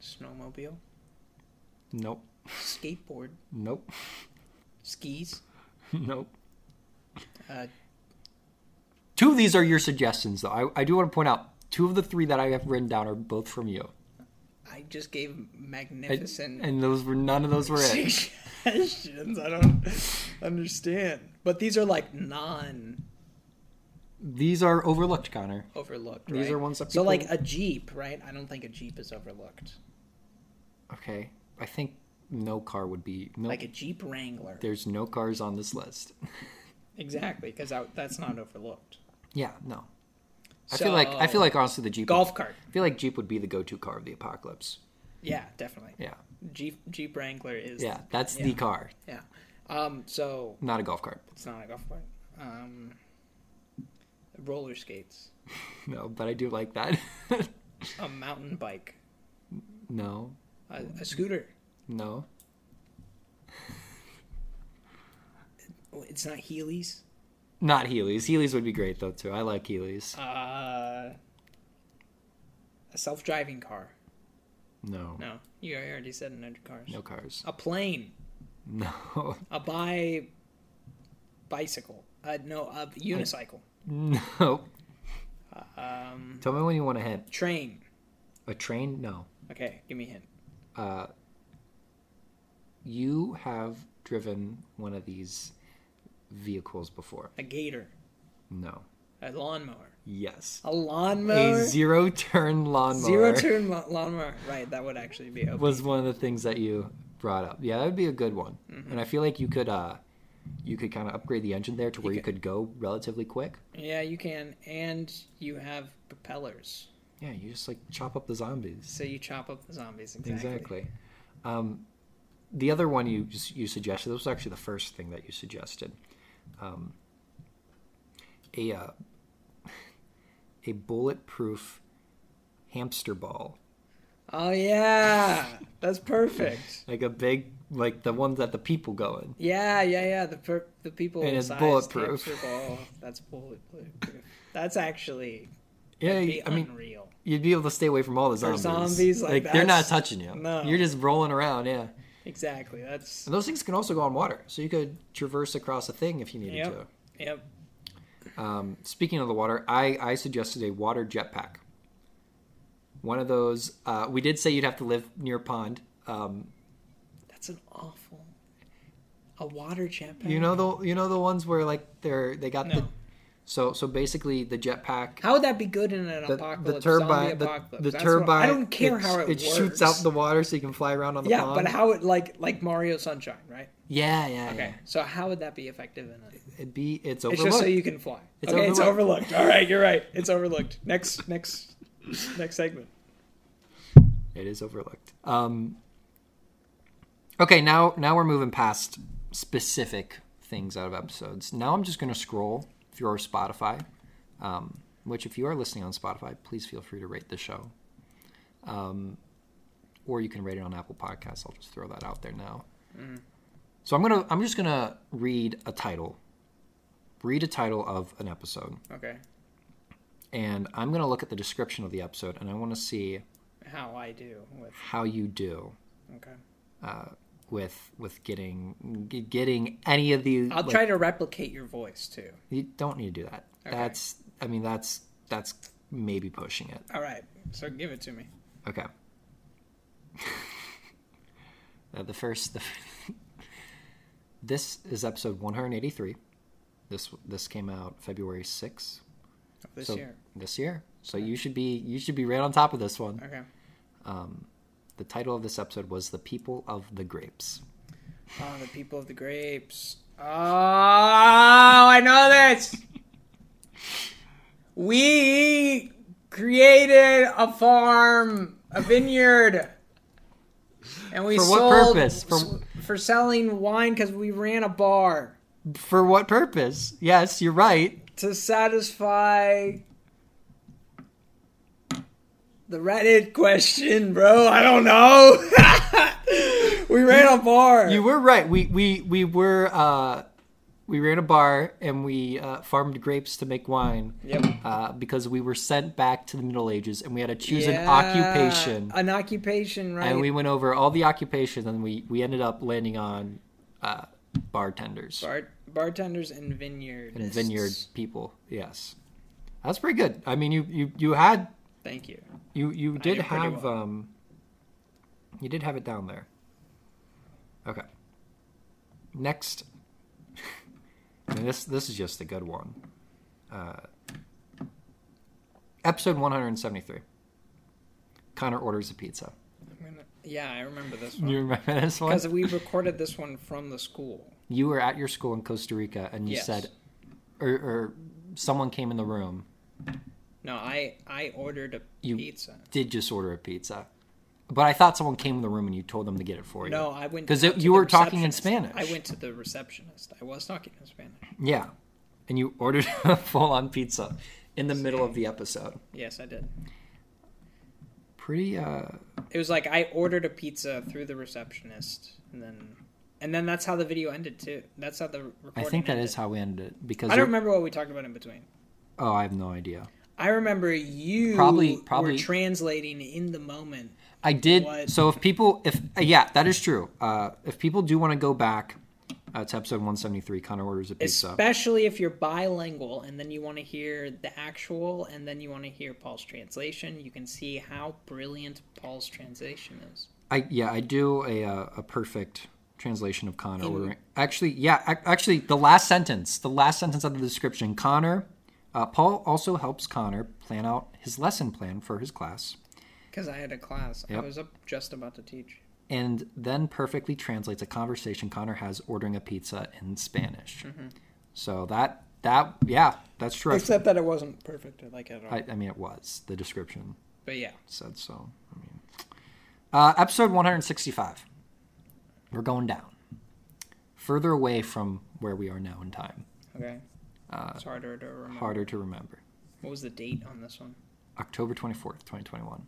Speaker 1: Snowmobile,
Speaker 2: Nope.
Speaker 1: skateboard,
Speaker 2: Nope.
Speaker 1: skis.
Speaker 2: Nope.
Speaker 1: Uh,
Speaker 2: Two of these are your suggestions, though. I, I do want to point out two of the three that I have written down are both from you,
Speaker 1: I just gave
Speaker 2: and,
Speaker 1: magnificent
Speaker 2: and those were none of those were it.
Speaker 1: suggestions. I don't understand. But these are like non
Speaker 2: These are overlooked, Connor.
Speaker 1: overlooked.
Speaker 2: These are ones that
Speaker 1: So like
Speaker 2: people-
Speaker 1: a Jeep, right? I don't think a Jeep is overlooked.
Speaker 2: Okay, I think no car would be no.
Speaker 1: Like a Jeep Wrangler.
Speaker 2: there's no cars on this list.
Speaker 1: Exactly, because that's not overlooked.
Speaker 2: yeah, no. I feel like I feel like honestly the Jeep.
Speaker 1: golf cart.
Speaker 2: I feel like Jeep would be the go-to car of the apocalypse.
Speaker 1: Yeah, definitely.
Speaker 2: Yeah,
Speaker 1: Jeep Jeep Wrangler is
Speaker 2: yeah, that's the car,
Speaker 1: yeah. Um so
Speaker 2: not a golf cart.
Speaker 1: it's not a golf cart. Um roller skates,
Speaker 2: No, but I do like that.
Speaker 1: a mountain bike,
Speaker 2: no,
Speaker 1: a, a scooter.
Speaker 2: no,
Speaker 1: Oh, It's not Heelys.
Speaker 2: not Heelys. Heelys would be great though too. I like Heelys.
Speaker 1: Uh, a self-driving car.
Speaker 2: No,
Speaker 1: No, you already said an hundred cars.
Speaker 2: no cars.
Speaker 1: A plane.
Speaker 2: No.
Speaker 1: A bi. Bicycle. Uh, no, a unicycle.
Speaker 2: No.
Speaker 1: Um,
Speaker 2: Tell me when you want a hint.
Speaker 1: train.
Speaker 2: A train? No.
Speaker 1: Okay, give me a hint.
Speaker 2: Uh, you have driven one of these vehicles before.
Speaker 1: A gator.
Speaker 2: No.
Speaker 1: A lawnmower.
Speaker 2: Yes.
Speaker 1: A
Speaker 2: A
Speaker 1: lawnmower.
Speaker 2: zero turn lawnmower
Speaker 1: Zero turn la- lawnmower. Right, that would actually be open.
Speaker 2: was one of the things that you brought up. Yeah, that would be a good one. And I feel like you could uh you could kind of upgrade the engine there to where you could go relatively quick.
Speaker 1: Yeah, you can, and you have propellers,
Speaker 2: Yeah, you just like chop up the zombies.
Speaker 1: so you chop up the zombies. Exactly.
Speaker 2: Exactly. Um, the other one you just you suggested this was actually the first thing that you suggested. Um, a uh, a bulletproof hamster ball,
Speaker 1: Oh yeah, that's perfect.
Speaker 2: like a big like the ones that the people go in.
Speaker 1: Yeah, yeah, yeah. The per- the people
Speaker 2: And it's
Speaker 1: sized
Speaker 2: bulletproof.
Speaker 1: hamster Ball. That's bulletproof. That's actually
Speaker 2: Yeah,
Speaker 1: be
Speaker 2: I mean
Speaker 1: unreal.
Speaker 2: you'd be able to stay away from all the zombies.
Speaker 1: uh, zombies, like,
Speaker 2: they're not
Speaker 1: that's-
Speaker 2: touching you.
Speaker 1: no.
Speaker 2: You're just rolling around. Yeah,
Speaker 1: Exactly. That's
Speaker 2: and those things can also go on water, so you could traverse across a thing if you needed
Speaker 1: Yep.
Speaker 2: to.
Speaker 1: yep.
Speaker 2: Um, speaking of the water, I, I suggested a water jetpack. One of those. Uh, we did say you'd have to live near a pond. Um,
Speaker 1: That's an awful. A water jetpack.
Speaker 2: you know the you know the ones where like they're they got the
Speaker 1: No.
Speaker 2: so so basically the jetpack
Speaker 1: How would that be good in an
Speaker 2: the,
Speaker 1: apocalypse?
Speaker 2: the turbine
Speaker 1: zombie
Speaker 2: the,
Speaker 1: apocalypse?
Speaker 2: the
Speaker 1: That's what-
Speaker 2: turbine
Speaker 1: I don't care
Speaker 2: it,
Speaker 1: how it,
Speaker 2: it shoots out
Speaker 1: works.
Speaker 2: the water so you can fly around on the
Speaker 1: Yeah,
Speaker 2: pond.
Speaker 1: but how it like like Mario Sunshine, right?
Speaker 2: yeah yeah
Speaker 1: Okay, so how would that be effective in it?
Speaker 2: yeah. It'd be it's
Speaker 1: It's
Speaker 2: overlooked.
Speaker 1: just so you can fly.
Speaker 2: It's
Speaker 1: okay, it's overlooked. All right, you're right. It's overlooked. Next, next, next segment.
Speaker 2: It is overlooked. Um, okay, now now we're moving past specific things out of episodes. Now I'm just going to scroll through our Spotify um, which if you are listening on Spotify, please feel free to rate the show. Um, or you can rate it on Apple Podcasts. I'll just throw that out there now. Mm. So I'm gonna I'm just gonna read a title. Read a title of an episode.
Speaker 1: Okay.
Speaker 2: And I'm gonna look at the description of the episode and I wanna see
Speaker 1: How I do with
Speaker 2: how you do
Speaker 1: okay.
Speaker 2: uh, with with getting g- getting any of these
Speaker 1: I'll try to replicate your voice too.
Speaker 2: you don't need to do that. That's I mean that's that's maybe pushing it.
Speaker 1: All right. So give it to me.
Speaker 2: Okay. Uh, the first, the, this is episode 183. This this came out February 6th.
Speaker 1: This
Speaker 2: so
Speaker 1: year.
Speaker 2: This year. So you should be you should be right on top of this one. Um,
Speaker 1: Okay.
Speaker 2: The title of this episode was "The People of the Grapes."
Speaker 1: Oh, the people of the grapes. Oh, I know this. We created a farm, a vineyard, and we
Speaker 2: For what
Speaker 1: sold
Speaker 2: purpose? For-
Speaker 1: for selling wine because we ran a bar
Speaker 2: For what purpose? Yes, you're right.
Speaker 1: to satisfy the Reddit question, bro. I don't know. we ran a bar.
Speaker 2: You were right. We we we were uh, we ran a bar and we uh, farmed grapes to make wine.
Speaker 1: yep.
Speaker 2: Uh, because we were sent back to the Middle Ages and we had to choose an
Speaker 1: Yeah,
Speaker 2: occupation.
Speaker 1: An occupation, right?
Speaker 2: and we went over all the occupations and we, we ended up landing on uh, bartenders
Speaker 1: Bar- bartenders and vineyard.
Speaker 2: and vineyard people yes that's pretty good i mean you you, you had
Speaker 1: Thank you.
Speaker 2: you you did
Speaker 1: did pretty
Speaker 2: have um you did have it down there okay next and this this is just a good one uh episode 173 connor orders a pizza
Speaker 1: I'm gonna, yeah, I remember this
Speaker 2: you
Speaker 1: one
Speaker 2: remember this one
Speaker 1: because we recorded this one from the school.
Speaker 2: you were at your school in Costa Rica and you
Speaker 1: Yes.
Speaker 2: said, or, or someone came in the room,
Speaker 1: No, I I ordered a
Speaker 2: You-
Speaker 1: pizza.
Speaker 2: did just order a pizza. But I thought someone came in the room and you told them to get it for you.
Speaker 1: No, I went
Speaker 2: 'Cause
Speaker 1: to
Speaker 2: it-
Speaker 1: the
Speaker 2: you were talking in
Speaker 1: receptionist.
Speaker 2: Spanish.
Speaker 1: I went to the receptionist. I was talking in Spanish.
Speaker 2: Yeah. And you ordered a full on pizza in the middle of the episode.
Speaker 1: Yes, I did.
Speaker 2: Pretty, uh,
Speaker 1: It was like I ordered a pizza through the receptionist, and then and then that's how the video ended too. That's how the
Speaker 2: I
Speaker 1: recording
Speaker 2: think that
Speaker 1: ended.
Speaker 2: is how we ended it. Because,
Speaker 1: I don't
Speaker 2: it-
Speaker 1: remember what we talked about in between.
Speaker 2: oh, I have no idea.
Speaker 1: I remember you
Speaker 2: Probably-
Speaker 1: probably,
Speaker 2: probably-
Speaker 1: were translating in the moment.
Speaker 2: I did.
Speaker 1: What?
Speaker 2: So if people, if uh, yeah, that is true. Uh, if people do want to go back uh, to episode 173, Connor orders a pizza.
Speaker 1: Especially if you're bilingual and then you want to hear the actual and then you want to hear Paul's translation, you can see how brilliant Paul's translation is.
Speaker 2: I yeah, I do a uh, a perfect translation of Connor ordering. Actually, yeah, ac- actually, the last sentence, the last sentence of the description, Connor. Uh, Paul also helps Connor plan out his lesson plan for his class,
Speaker 1: Because I had a class,
Speaker 2: Yep.
Speaker 1: I was up just about to teach.
Speaker 2: and then perfectly translates a conversation Connor has ordering a pizza in Spanish. So that that yeah, that's true. I-
Speaker 1: Except that it wasn't perfect, like at all.
Speaker 2: I, I mean, it was the description
Speaker 1: but yeah,
Speaker 2: said so. I mean, uh, episode 165. We're going down, further away from where we are now in time.
Speaker 1: okay. it's harder to remember.
Speaker 2: Uh, Harder to remember.
Speaker 1: What was the date on this one?
Speaker 2: October 24th, 2021.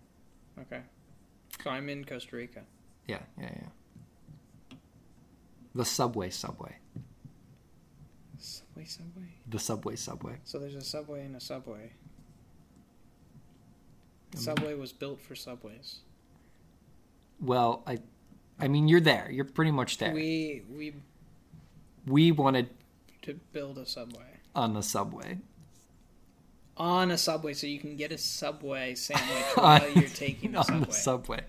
Speaker 1: Okay. So I'm in Costa Rica.
Speaker 2: Yeah, yeah, yeah. The subway, subway,
Speaker 1: Subway, subway.
Speaker 2: the subway, subway.
Speaker 1: So there's a subway and a subway.
Speaker 2: Mm-hmm.
Speaker 1: The subway was built for subways.
Speaker 2: Well, I, I mean, you're there. You're pretty much there. We,
Speaker 1: We we
Speaker 2: wanted
Speaker 1: to build a subway
Speaker 2: on the subway.
Speaker 1: on a subway, so you can get a subway sandwich while you're taking the
Speaker 2: on
Speaker 1: subway.
Speaker 2: the subway.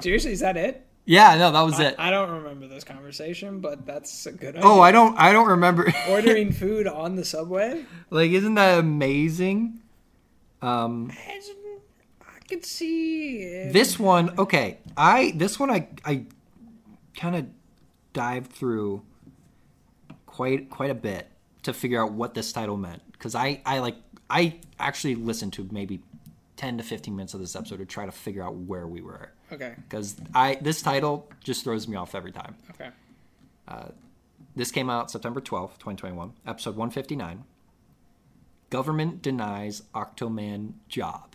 Speaker 1: Seriously, is that it?
Speaker 2: Yeah, no, that was
Speaker 1: I-
Speaker 2: it.
Speaker 1: I, don't remember this conversation, but that's a good.
Speaker 2: oh, I
Speaker 1: idea.
Speaker 2: don't, I don't remember.
Speaker 1: ordering food on the subway.
Speaker 2: like, isn't that amazing? Um,
Speaker 1: I, just- I could see it.
Speaker 2: This one, okay. I this one I I kind of dived through quite quite a bit to figure out what this title meant cuz I I like I actually listened to maybe 10 to 15 minutes of this episode to try to figure out where we were
Speaker 1: Okay.
Speaker 2: cuz I this title just throws me off every time.
Speaker 1: Okay.
Speaker 2: This came out September 12th, 2021, episode 159. Government denies Octoman job.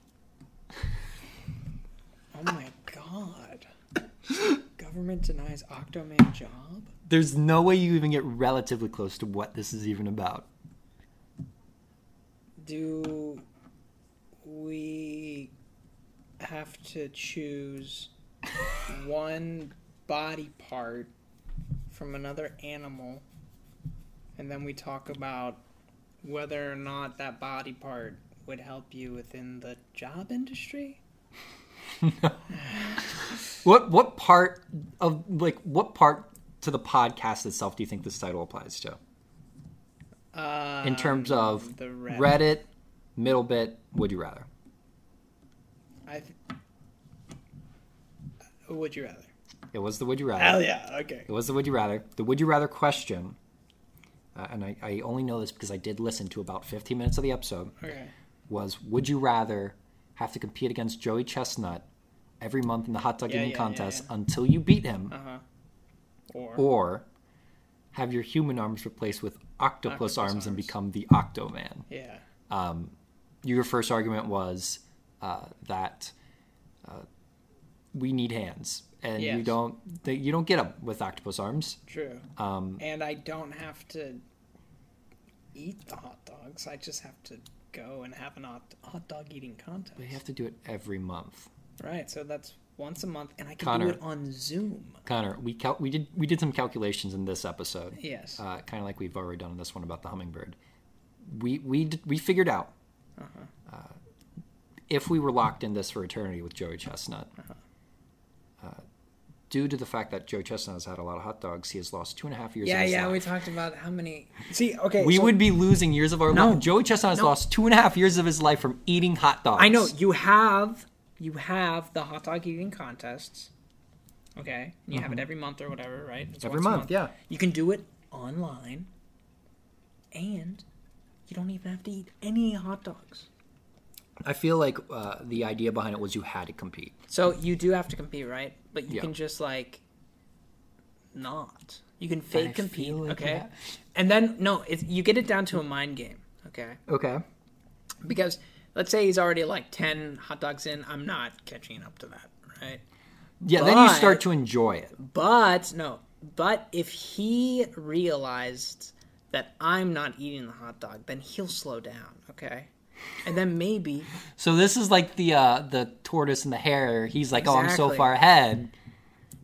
Speaker 1: Oh my god. Government denies Octoman job?
Speaker 2: There's no way you even get relatively close to what this is even about.
Speaker 1: Do we have to choose one body part from another animal and then we talk about whether or not that body part would help you within the job industry?
Speaker 2: What what part of like what part to the podcast itself do you think this title applies to?
Speaker 1: Uh,
Speaker 2: In terms of
Speaker 1: the
Speaker 2: Reddit,
Speaker 1: Reddit.
Speaker 2: middle bit, would you rather?
Speaker 1: I th- would you rather?
Speaker 2: It was the would you rather.
Speaker 1: Hell yeah, okay.
Speaker 2: It was the would you rather. The would you rather question, uh, and I, I only know this because I did listen to about 15 minutes of the episode,
Speaker 1: Okay.
Speaker 2: was would you rather have to compete against Joey Chestnut every month in the hot dog
Speaker 1: Yeah,
Speaker 2: eating
Speaker 1: yeah, yeah,
Speaker 2: contest until you beat him,
Speaker 1: Uh huh. Or,
Speaker 2: or have your human arms replaced with octopus,
Speaker 1: Octopus
Speaker 2: arms, and
Speaker 1: arms.
Speaker 2: become the Octoman?
Speaker 1: yeah.
Speaker 2: Your first argument was uh, that uh, we need hands, and you
Speaker 1: Yes.
Speaker 2: don't that you don't get them with octopus arms.
Speaker 1: True. Um, and I don't have to eat the hot dogs. I just have to go and have an hot, hot dog eating contest.
Speaker 2: But you have to do it every month.
Speaker 1: Right. So that's once a month, and I can
Speaker 2: Connor.
Speaker 1: do it on Zoom.
Speaker 2: Connor, we cal- we did we did some calculations in this episode,
Speaker 1: Yes.
Speaker 2: uh, kind of like we've already done in this one about the hummingbird. We we d- we figured out
Speaker 1: Uh-huh.
Speaker 2: uh, if we were locked in this for eternity with Joey Chestnut,
Speaker 1: Uh-huh.
Speaker 2: uh, due to the fact that Joey Chestnut has had a lot of hot dogs, he has lost two and a half years.
Speaker 1: yeah,
Speaker 2: of his
Speaker 1: yeah.
Speaker 2: life.
Speaker 1: We talked about how many. See, okay.
Speaker 2: We
Speaker 1: so-
Speaker 2: would be losing years of our
Speaker 1: No.
Speaker 2: life. Joey Chestnut has
Speaker 1: No.
Speaker 2: lost two and a half years of his life from eating hot dogs.
Speaker 1: I know you have you have the hot dog eating contests. Okay, you have it every month or whatever, right? It's
Speaker 2: Mm-hmm. Every
Speaker 1: once a
Speaker 2: month, yeah.
Speaker 1: You can do it online, and you don't even have to eat any hot dogs.
Speaker 2: I feel like uh, the idea behind it was you had to compete.
Speaker 1: So you do have to compete, right? But you
Speaker 2: Yeah.
Speaker 1: can just like not. You can fake
Speaker 2: I
Speaker 1: compete,
Speaker 2: feel like
Speaker 1: okay?
Speaker 2: that-
Speaker 1: And then no, it, you get it down to a mind game, okay?
Speaker 2: Okay.
Speaker 1: Because let's say he's already like ten hot dogs in. I'm not catching up to that, right?
Speaker 2: Yeah. then you
Speaker 1: But-
Speaker 2: start to enjoy it.
Speaker 1: But no, but if he realized that I'm not eating the hot dog, then he'll slow down, okay? And then maybe
Speaker 2: So this is like the uh, the tortoise and the hare. He's like, oh, I'm so
Speaker 1: Exactly.
Speaker 2: far ahead.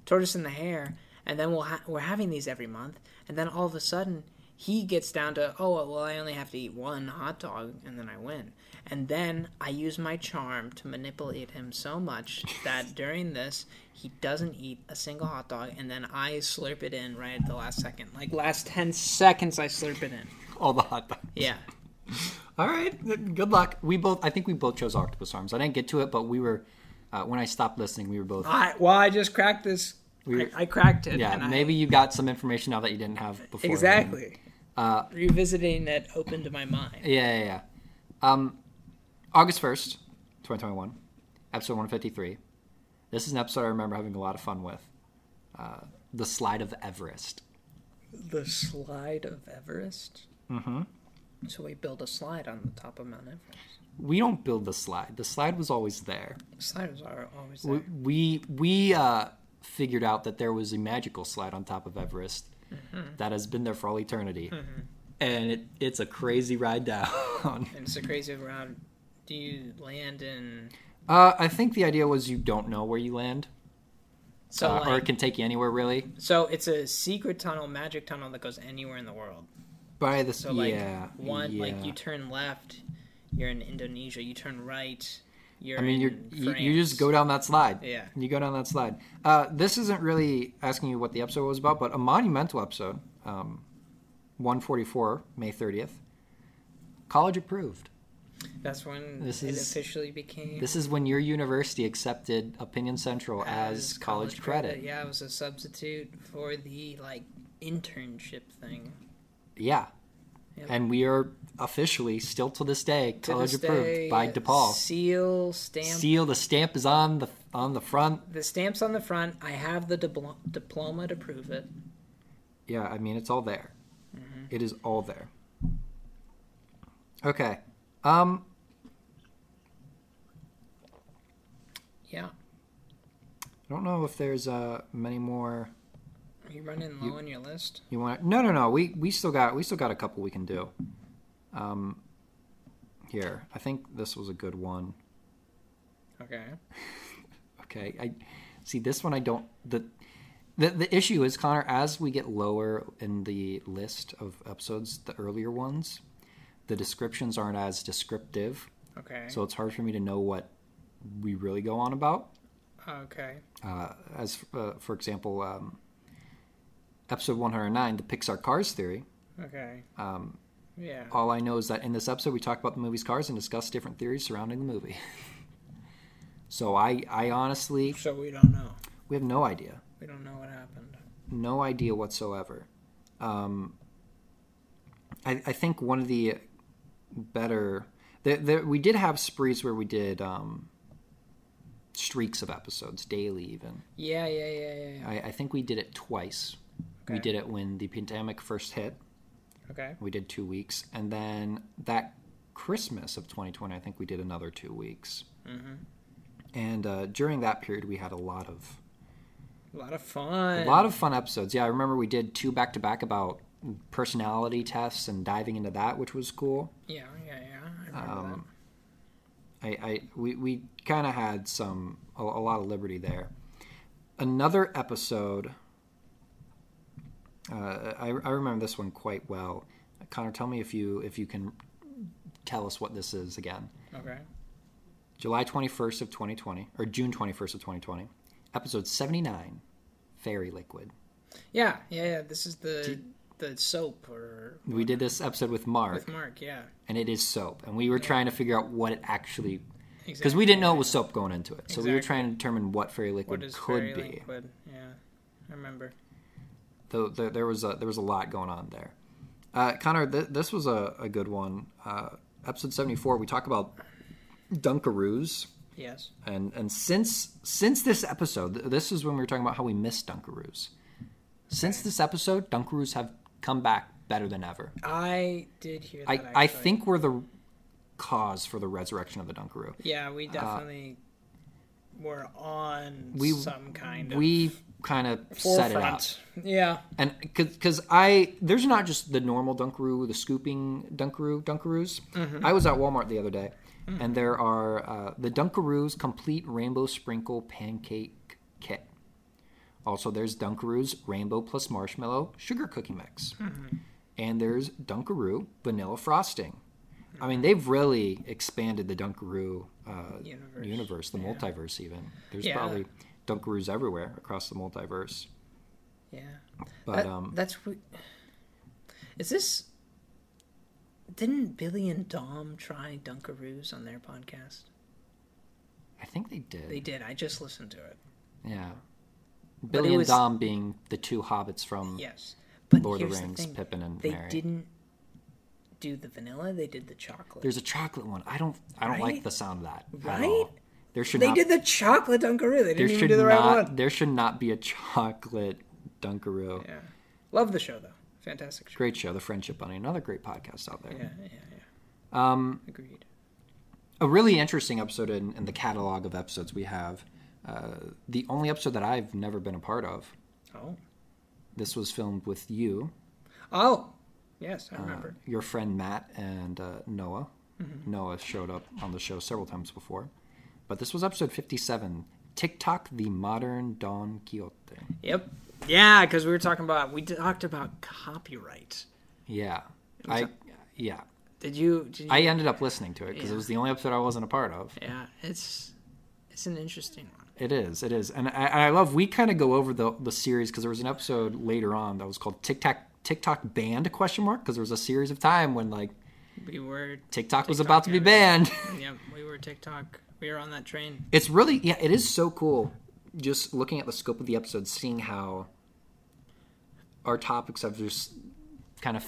Speaker 1: tortoise in the hair, and then we'll ha- we're having these every month, and then all of a sudden he gets down to oh well I only have to eat one hot dog and then I win, and then I use my charm to manipulate him so much that during this he doesn't eat a single hot dog, and then I slurp it in right at the last second, like last ten seconds I slurp it in.
Speaker 2: All the hot dogs.
Speaker 1: Yeah.
Speaker 2: All right, good luck. We both, I think we both chose octopus arms. I didn't get to it, but we were uh, when I stopped listening, we were both.
Speaker 1: I, well, I just cracked this.
Speaker 2: We-
Speaker 1: I, I cracked it.
Speaker 2: yeah,
Speaker 1: and Oh, I-
Speaker 2: maybe you got some information now that you Uh, didn't have before.
Speaker 1: exactly. Revisiting it opened my mind.
Speaker 2: Yeah, yeah, yeah. Um, August first, twenty twenty one, episode one fifty three. This is an episode I remember having a lot of fun with. Uh, the slide of Everest.
Speaker 1: The slide of Everest. Mm-hmm. So we build a slide on the top of Mount Everest.
Speaker 2: We don't build the slide. The slide was always there.
Speaker 1: Sliders are always there.
Speaker 2: We we, we uh, figured out that there was a magical slide on top of Everest
Speaker 1: Mm-hmm.
Speaker 2: that has been there for all eternity, and it, it's a crazy ride down.
Speaker 1: and it's a crazy round. Do you land in?
Speaker 2: uh, I think the idea was you don't know where you land,
Speaker 1: So
Speaker 2: uh, or
Speaker 1: like-
Speaker 2: it can take you anywhere really.
Speaker 1: so it's a secret tunnel, magic tunnel that goes anywhere in the world.
Speaker 2: By the
Speaker 1: So like
Speaker 2: yeah,
Speaker 1: one,
Speaker 2: yeah.
Speaker 1: like you turn left, you're in Indonesia. You turn right, you're.
Speaker 2: I mean, you're,
Speaker 1: in
Speaker 2: you you just
Speaker 1: France.
Speaker 2: go down that slide.
Speaker 1: Yeah.
Speaker 2: You go down that slide. Uh, this isn't really asking you what the episode was about, but a monumental episode, um, 144, May 30th. College approved.
Speaker 1: That's when
Speaker 2: This
Speaker 1: it
Speaker 2: is-
Speaker 1: officially became
Speaker 2: This is when your university accepted Opinion Central as, college, credit.
Speaker 1: Yeah, it was a substitute for the like internship thing.
Speaker 2: Yeah.
Speaker 1: Yep.
Speaker 2: And we are officially, still to this day,
Speaker 1: To
Speaker 2: college
Speaker 1: this
Speaker 2: approved
Speaker 1: day,
Speaker 2: by DePaul.
Speaker 1: Seal stamp.
Speaker 2: Seal, the stamp is on the on the front.
Speaker 1: the stamps on the front. I have the diplo- diploma to prove it.
Speaker 2: Mm-hmm. Yeah, I mean it's all there. It is all there. Okay. Um. Yeah. I don't know if there's uh many more
Speaker 1: Are you running low on your list?
Speaker 2: you want. No, no, no. We we still got we still got a couple we can do. Um. Here, I think this was a good one.
Speaker 1: Okay.
Speaker 2: Okay, I see this one. I don't the. The, the issue is Connor as we get lower in the list of episodes the earlier ones the descriptions aren't as descriptive
Speaker 1: Okay.
Speaker 2: so it's hard for me to know what we really go on about
Speaker 1: okay.
Speaker 2: uh, as uh, for example um, episode 109 the Pixar Cars theory
Speaker 1: Okay.
Speaker 2: um,
Speaker 1: Yeah.
Speaker 2: all I know is that in this episode we talk about the movie's Cars and discuss different theories surrounding the movie so I I honestly
Speaker 1: So we don't know.
Speaker 2: we have no idea
Speaker 1: We don't know what happened.
Speaker 2: no idea whatsoever. Um, I, I think one of the better there, there, we did have sprees where we did um, streaks of episodes daily. Even
Speaker 1: Yeah, yeah, yeah, yeah. yeah.
Speaker 2: I, I think we did it twice. We
Speaker 1: Okay.
Speaker 2: did it when the pandemic first hit.
Speaker 1: Okay.
Speaker 2: We did two weeks, and then that Christmas of 2020, I think we did another two weeks.
Speaker 1: Mhm.
Speaker 2: And uh, during that period, we had a lot of
Speaker 1: A lot of fun.
Speaker 2: A lot of fun episodes. Yeah, I remember we did two back to back about personality tests and diving into that, which was cool.
Speaker 1: Yeah, yeah, yeah. I remember
Speaker 2: Um, I, I we, we kind of had some a, a lot of liberty there. Another episode. Uh, I, I remember this one quite well. Connor, tell me if you if you can tell us what this is again.
Speaker 1: that. Okay.
Speaker 2: July twenty first of twenty twenty or June twenty first of twenty twenty, episode seventy nine, fairy liquid.
Speaker 1: Yeah, yeah, yeah. This is the the soap or
Speaker 2: We did this episode with Mark.
Speaker 1: with Mark. Yeah.
Speaker 2: and it is soap. And we were trying to figure out what it actually
Speaker 1: Exactly.
Speaker 2: because we didn't know it was soap going into it. So we were
Speaker 1: Exactly.
Speaker 2: trying to determine what fairy
Speaker 1: what
Speaker 2: liquid
Speaker 1: is
Speaker 2: could
Speaker 1: fairy
Speaker 2: be.
Speaker 1: liquid. Yeah, I remember.
Speaker 2: Though there, there was a, there was a lot going on there. Uh, Connor, th- this was a, a good one. Uh, episode seventy four, we talk about Dunkaroos,
Speaker 1: Yes.
Speaker 2: and and since since this episode, th- this is when we were talking about how we miss Dunkaroos. Since this episode, Dunkaroos have come back better than ever.
Speaker 1: I did hear that.
Speaker 2: I, I
Speaker 1: actually.
Speaker 2: think we're the cause for the resurrection of the Dunkaroo.
Speaker 1: Yeah, we definitely were on
Speaker 2: uh, we-
Speaker 1: some kind of
Speaker 2: we kind of set it up
Speaker 1: forefront. Yeah.
Speaker 2: and because i there's not just the normal dunkaroo the scooping dunkaroo dunkaroos i was at walmart the other day and there are uh, the dunkaroos complete rainbow sprinkle pancake kit also there's dunkaroos rainbow plus marshmallow sugar cookie mix and there's dunkaroo vanilla frosting i mean they've really expanded the dunkaroo uh,
Speaker 1: Universe.
Speaker 2: universe, the multiverse even. There's
Speaker 1: Yeah.
Speaker 2: probably Dunkaroos everywhere across the multiverse.
Speaker 1: Yeah.
Speaker 2: But
Speaker 1: That-
Speaker 2: um,
Speaker 1: that's w- is this? Didn't Billy and Dom try Dunkaroos on their podcast?
Speaker 2: I think they did.
Speaker 1: They did. I just listened to it.
Speaker 2: yeah. Billy
Speaker 1: it
Speaker 2: and
Speaker 1: was-
Speaker 2: Dom being the two hobbits from
Speaker 1: Yes, but
Speaker 2: Lord of
Speaker 1: here's
Speaker 2: the Rings,
Speaker 1: thing.
Speaker 2: Pippin and
Speaker 1: they
Speaker 2: Mary.
Speaker 1: didn't do the vanilla. They did the chocolate.
Speaker 2: There's a chocolate one. I don't I don't like
Speaker 1: Right?
Speaker 2: the sound of that. at
Speaker 1: Right?
Speaker 2: all. There should
Speaker 1: they
Speaker 2: not
Speaker 1: did the chocolate Dunkaroo. They
Speaker 2: there
Speaker 1: didn't even
Speaker 2: should
Speaker 1: do the
Speaker 2: not
Speaker 1: right one.
Speaker 2: there should not be a chocolate Dunkaroo.
Speaker 1: Yeah, love the show though. Fantastic show.
Speaker 2: Great show, The Friendship Bunny, another great podcast out there.
Speaker 1: Yeah, yeah, yeah.
Speaker 2: Um
Speaker 1: Agreed.
Speaker 2: a really interesting episode in, in the catalog of episodes we have. Uh, the only episode that I've never been a part of.
Speaker 1: Oh,
Speaker 2: This was filmed with you,
Speaker 1: oh, yes, I
Speaker 2: uh,
Speaker 1: remember. Mm-hmm.
Speaker 2: your friend Matt, and uh, Noah. Noah showed up on the show several times before. But this was episode 57 TikTok, the modern Don Quixote.
Speaker 1: Yep. Yeah, because we were talking about we talked about copyright.
Speaker 2: Yeah.
Speaker 1: was
Speaker 2: I, yeah.
Speaker 1: Did you? Did you
Speaker 2: I ended up listening to it because it
Speaker 1: Yeah.
Speaker 2: was the only episode I wasn't a part of.
Speaker 1: yeah, it's it's an interesting one.
Speaker 2: It is. It is. And I, and I love we kind of go over the the series because there was an episode later on that was called TikTok TikTok banned question mark because there was a series of time when like
Speaker 1: We were
Speaker 2: TikTok, was
Speaker 1: TikTok
Speaker 2: about to be banned.
Speaker 1: yep, we were TikTok. We were on that train.
Speaker 2: it's really yeah. It is so cool just looking at the scope of the episode, seeing how our topics have just kind of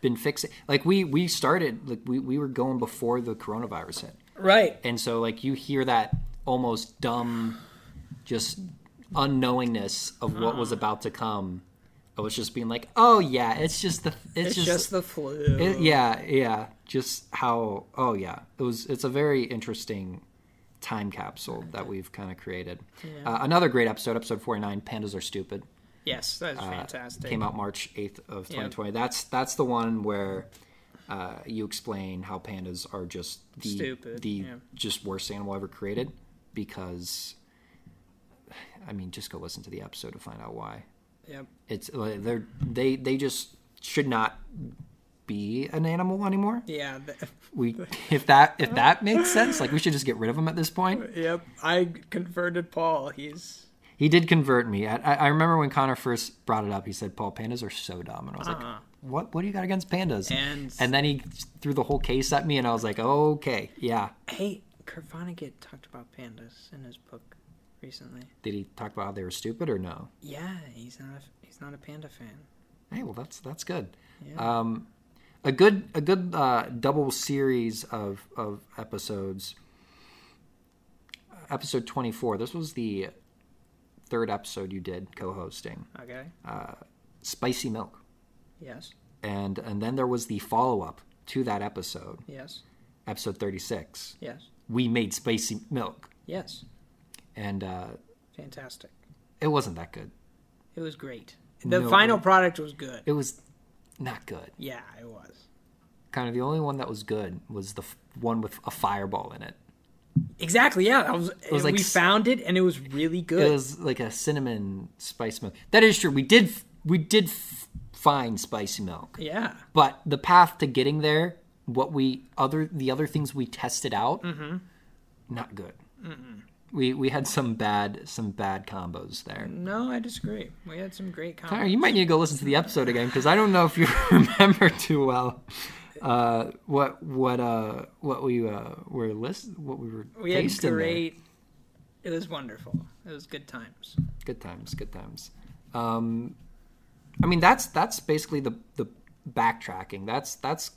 Speaker 2: been fixing. Like we we started like we we were going before the coronavirus hit.
Speaker 1: Right.
Speaker 2: And so like you hear that almost
Speaker 1: Mm.
Speaker 2: dumb just unknowingness of what was about to come I was just being like, oh yeah, it's just the it's,
Speaker 1: It's
Speaker 2: just,
Speaker 1: just, the flu.
Speaker 2: it- yeah yeah just how oh yeah it was it's a very interesting time capsule that we've kind of created. Uh, another great episode, episode forty nine. Pandas are stupid.
Speaker 1: yes, that's fantastic.
Speaker 2: Uh, Came out March eighth of twenty twenty. That's that's the one where. Uh, you explain how pandas are just the,
Speaker 1: Stupid,
Speaker 2: the
Speaker 1: yeah.
Speaker 2: just worst animal ever created because, I mean, just go listen to the episode to find out why
Speaker 1: Yep.
Speaker 2: it's like they're they they just should not be an animal anymore
Speaker 1: Yeah. th-
Speaker 2: we if that if that makes sense like we should just get rid of him at this point
Speaker 1: Yep. I converted Paul. He's
Speaker 2: he did convert me i i I remember when connor first brought it up he said paul pandas are so dumb and i was
Speaker 1: Uh-huh.
Speaker 2: like what what do you got against pandas
Speaker 1: And-
Speaker 2: and then he threw the whole case at me and i was like okay yeah
Speaker 1: hey. Kurt Vonnegut talked about pandas in his book recently.
Speaker 2: did he talk about how they were stupid or no
Speaker 1: Yeah, he's not. A, he's not a panda fan.
Speaker 2: Hey, well, that's that's good. Um, a good a good uh, double series of of episodes. Episode twenty four. This was the third episode you did co-hosting. uh,
Speaker 1: Okay.
Speaker 2: Spicy milk,
Speaker 1: Yes.
Speaker 2: and and then there was the follow up to that episode,
Speaker 1: Yes.
Speaker 2: episode thirty six.
Speaker 1: Yes.
Speaker 2: We made spicy milk,
Speaker 1: Yes.
Speaker 2: and uh,
Speaker 1: Fantastic.
Speaker 2: it wasn't that good.
Speaker 1: It was great. The
Speaker 2: No, uh,
Speaker 1: final product was good.
Speaker 2: It was not good.
Speaker 1: Yeah, it was.
Speaker 2: Kind of the only one that was good was the f- one with a fireball in it.
Speaker 1: Exactly. Yeah, that was. It
Speaker 2: was like
Speaker 1: we
Speaker 2: s-
Speaker 1: found it, and it was really good.
Speaker 2: it was like a cinnamon spice milk. That is true. We did we did f- find spicy milk,
Speaker 1: yeah.
Speaker 2: but the path to getting there, what we other the other things we tested out,
Speaker 1: Mm-hmm.
Speaker 2: not good. We we had some bad some bad combos there.
Speaker 1: No, I disagree. We had some great
Speaker 2: Connor,
Speaker 1: comments.
Speaker 2: you might need to go listen to the episode again because I don't know if you remember too well uh, what what uh what we uh, were list what we were
Speaker 1: We had
Speaker 2: tasting there.
Speaker 1: great. It was wonderful. It was good times.
Speaker 2: good times good times um i mean that's that's basically the the backtracking that's that's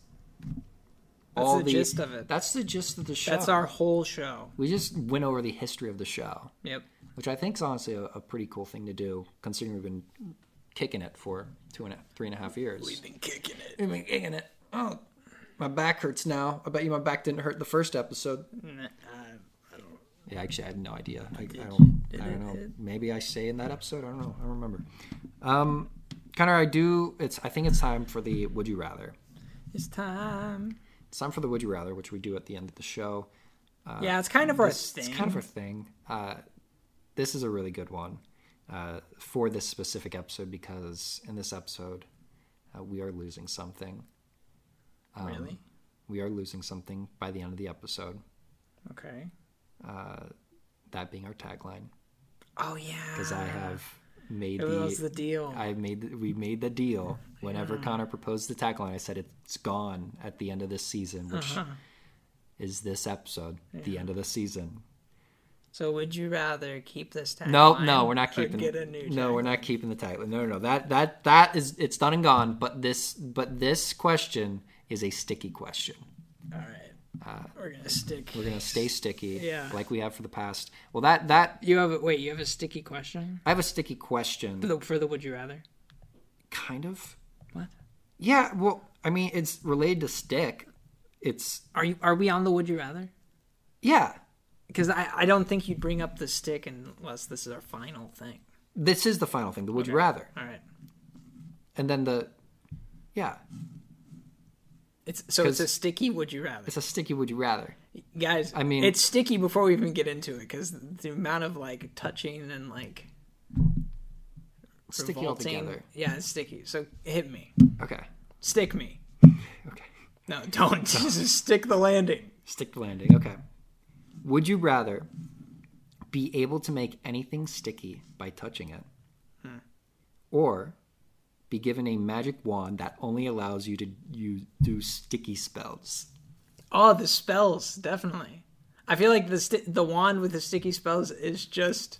Speaker 1: That's
Speaker 2: all
Speaker 1: the gist of it.
Speaker 2: that's the gist of the show
Speaker 1: That's our whole show.
Speaker 2: we just went over the history of the show
Speaker 1: Yep.
Speaker 2: which i think is honestly a, a pretty cool thing to do considering we've been kicking it for two and a, three and a half years
Speaker 1: We've been kicking it.
Speaker 2: we've been kicking it oh my back hurts now i bet you my back didn't hurt the first episode
Speaker 1: N- uh,
Speaker 2: Yeah, actually, I have no idea. I, I don't. I don't know. Maybe I say in that episode. I don't know. I don't remember. Um, Connor, I do. It's. I think it's time for the Would You Rather.
Speaker 1: It's time.
Speaker 2: It's time for the Would You Rather, which we do at the end of the show.
Speaker 1: yeah, it's kind of our thing.
Speaker 2: Uh, It's kind of a thing. Uh, this is a really good one uh, for this specific episode because in this episode, uh, we are losing something. um,
Speaker 1: really
Speaker 2: We are losing something by the end of the episode.
Speaker 1: okay.
Speaker 2: That being our tagline,
Speaker 1: Oh yeah.
Speaker 2: because I have made
Speaker 1: It was the deal.
Speaker 2: I made the, we made the deal whenever
Speaker 1: Mm.
Speaker 2: Connor proposed the tagline. I said it's gone at the end of this season, which
Speaker 1: Uh-huh.
Speaker 2: is this episode, the end of the season.
Speaker 1: so would you rather keep this tagline?
Speaker 2: No, no, we're not
Speaker 1: or
Speaker 2: keeping.
Speaker 1: Get a new.
Speaker 2: no,
Speaker 1: tagline?
Speaker 2: we're not keeping the tagline. No, no, no. That that that is it's done and gone. But this but this question is a sticky question.
Speaker 1: All right. we're gonna stick.
Speaker 2: Uh, We're gonna stay sticky,
Speaker 1: Yeah.
Speaker 2: like we have for the past. Well, that that
Speaker 1: You have a wait. You have a sticky question
Speaker 2: I have a sticky question,
Speaker 1: for the, for the would you rather.
Speaker 2: kind of.
Speaker 1: What?
Speaker 2: Yeah. Well, I mean, it's related to stick. It's
Speaker 1: Are you? Are we on the would you rather?
Speaker 2: yeah.
Speaker 1: Because I, I don't think you'd bring up the stick unless this is our final thing.
Speaker 2: This is the final thing. The would you rather.
Speaker 1: All right.
Speaker 2: and then the yeah
Speaker 1: It's so it's a
Speaker 2: 'Cause-
Speaker 1: sticky would you rather,
Speaker 2: it's a sticky would you rather
Speaker 1: guys.
Speaker 2: I mean-
Speaker 1: it's sticky before we even get into it because the amount of like touching and like
Speaker 2: sticky
Speaker 1: revolting-
Speaker 2: altogether
Speaker 1: Yeah, it's sticky. So hit me,
Speaker 2: okay
Speaker 1: stick me.
Speaker 2: okay
Speaker 1: No, don't. Just stick the landing.
Speaker 2: stick the landing okay would you rather be able to make anything sticky by touching it Hmm. or be given a magic wand that only allows you to you do sticky spells
Speaker 1: Oh, the spells definitely. I feel like the sti- the wand with the sticky spells is just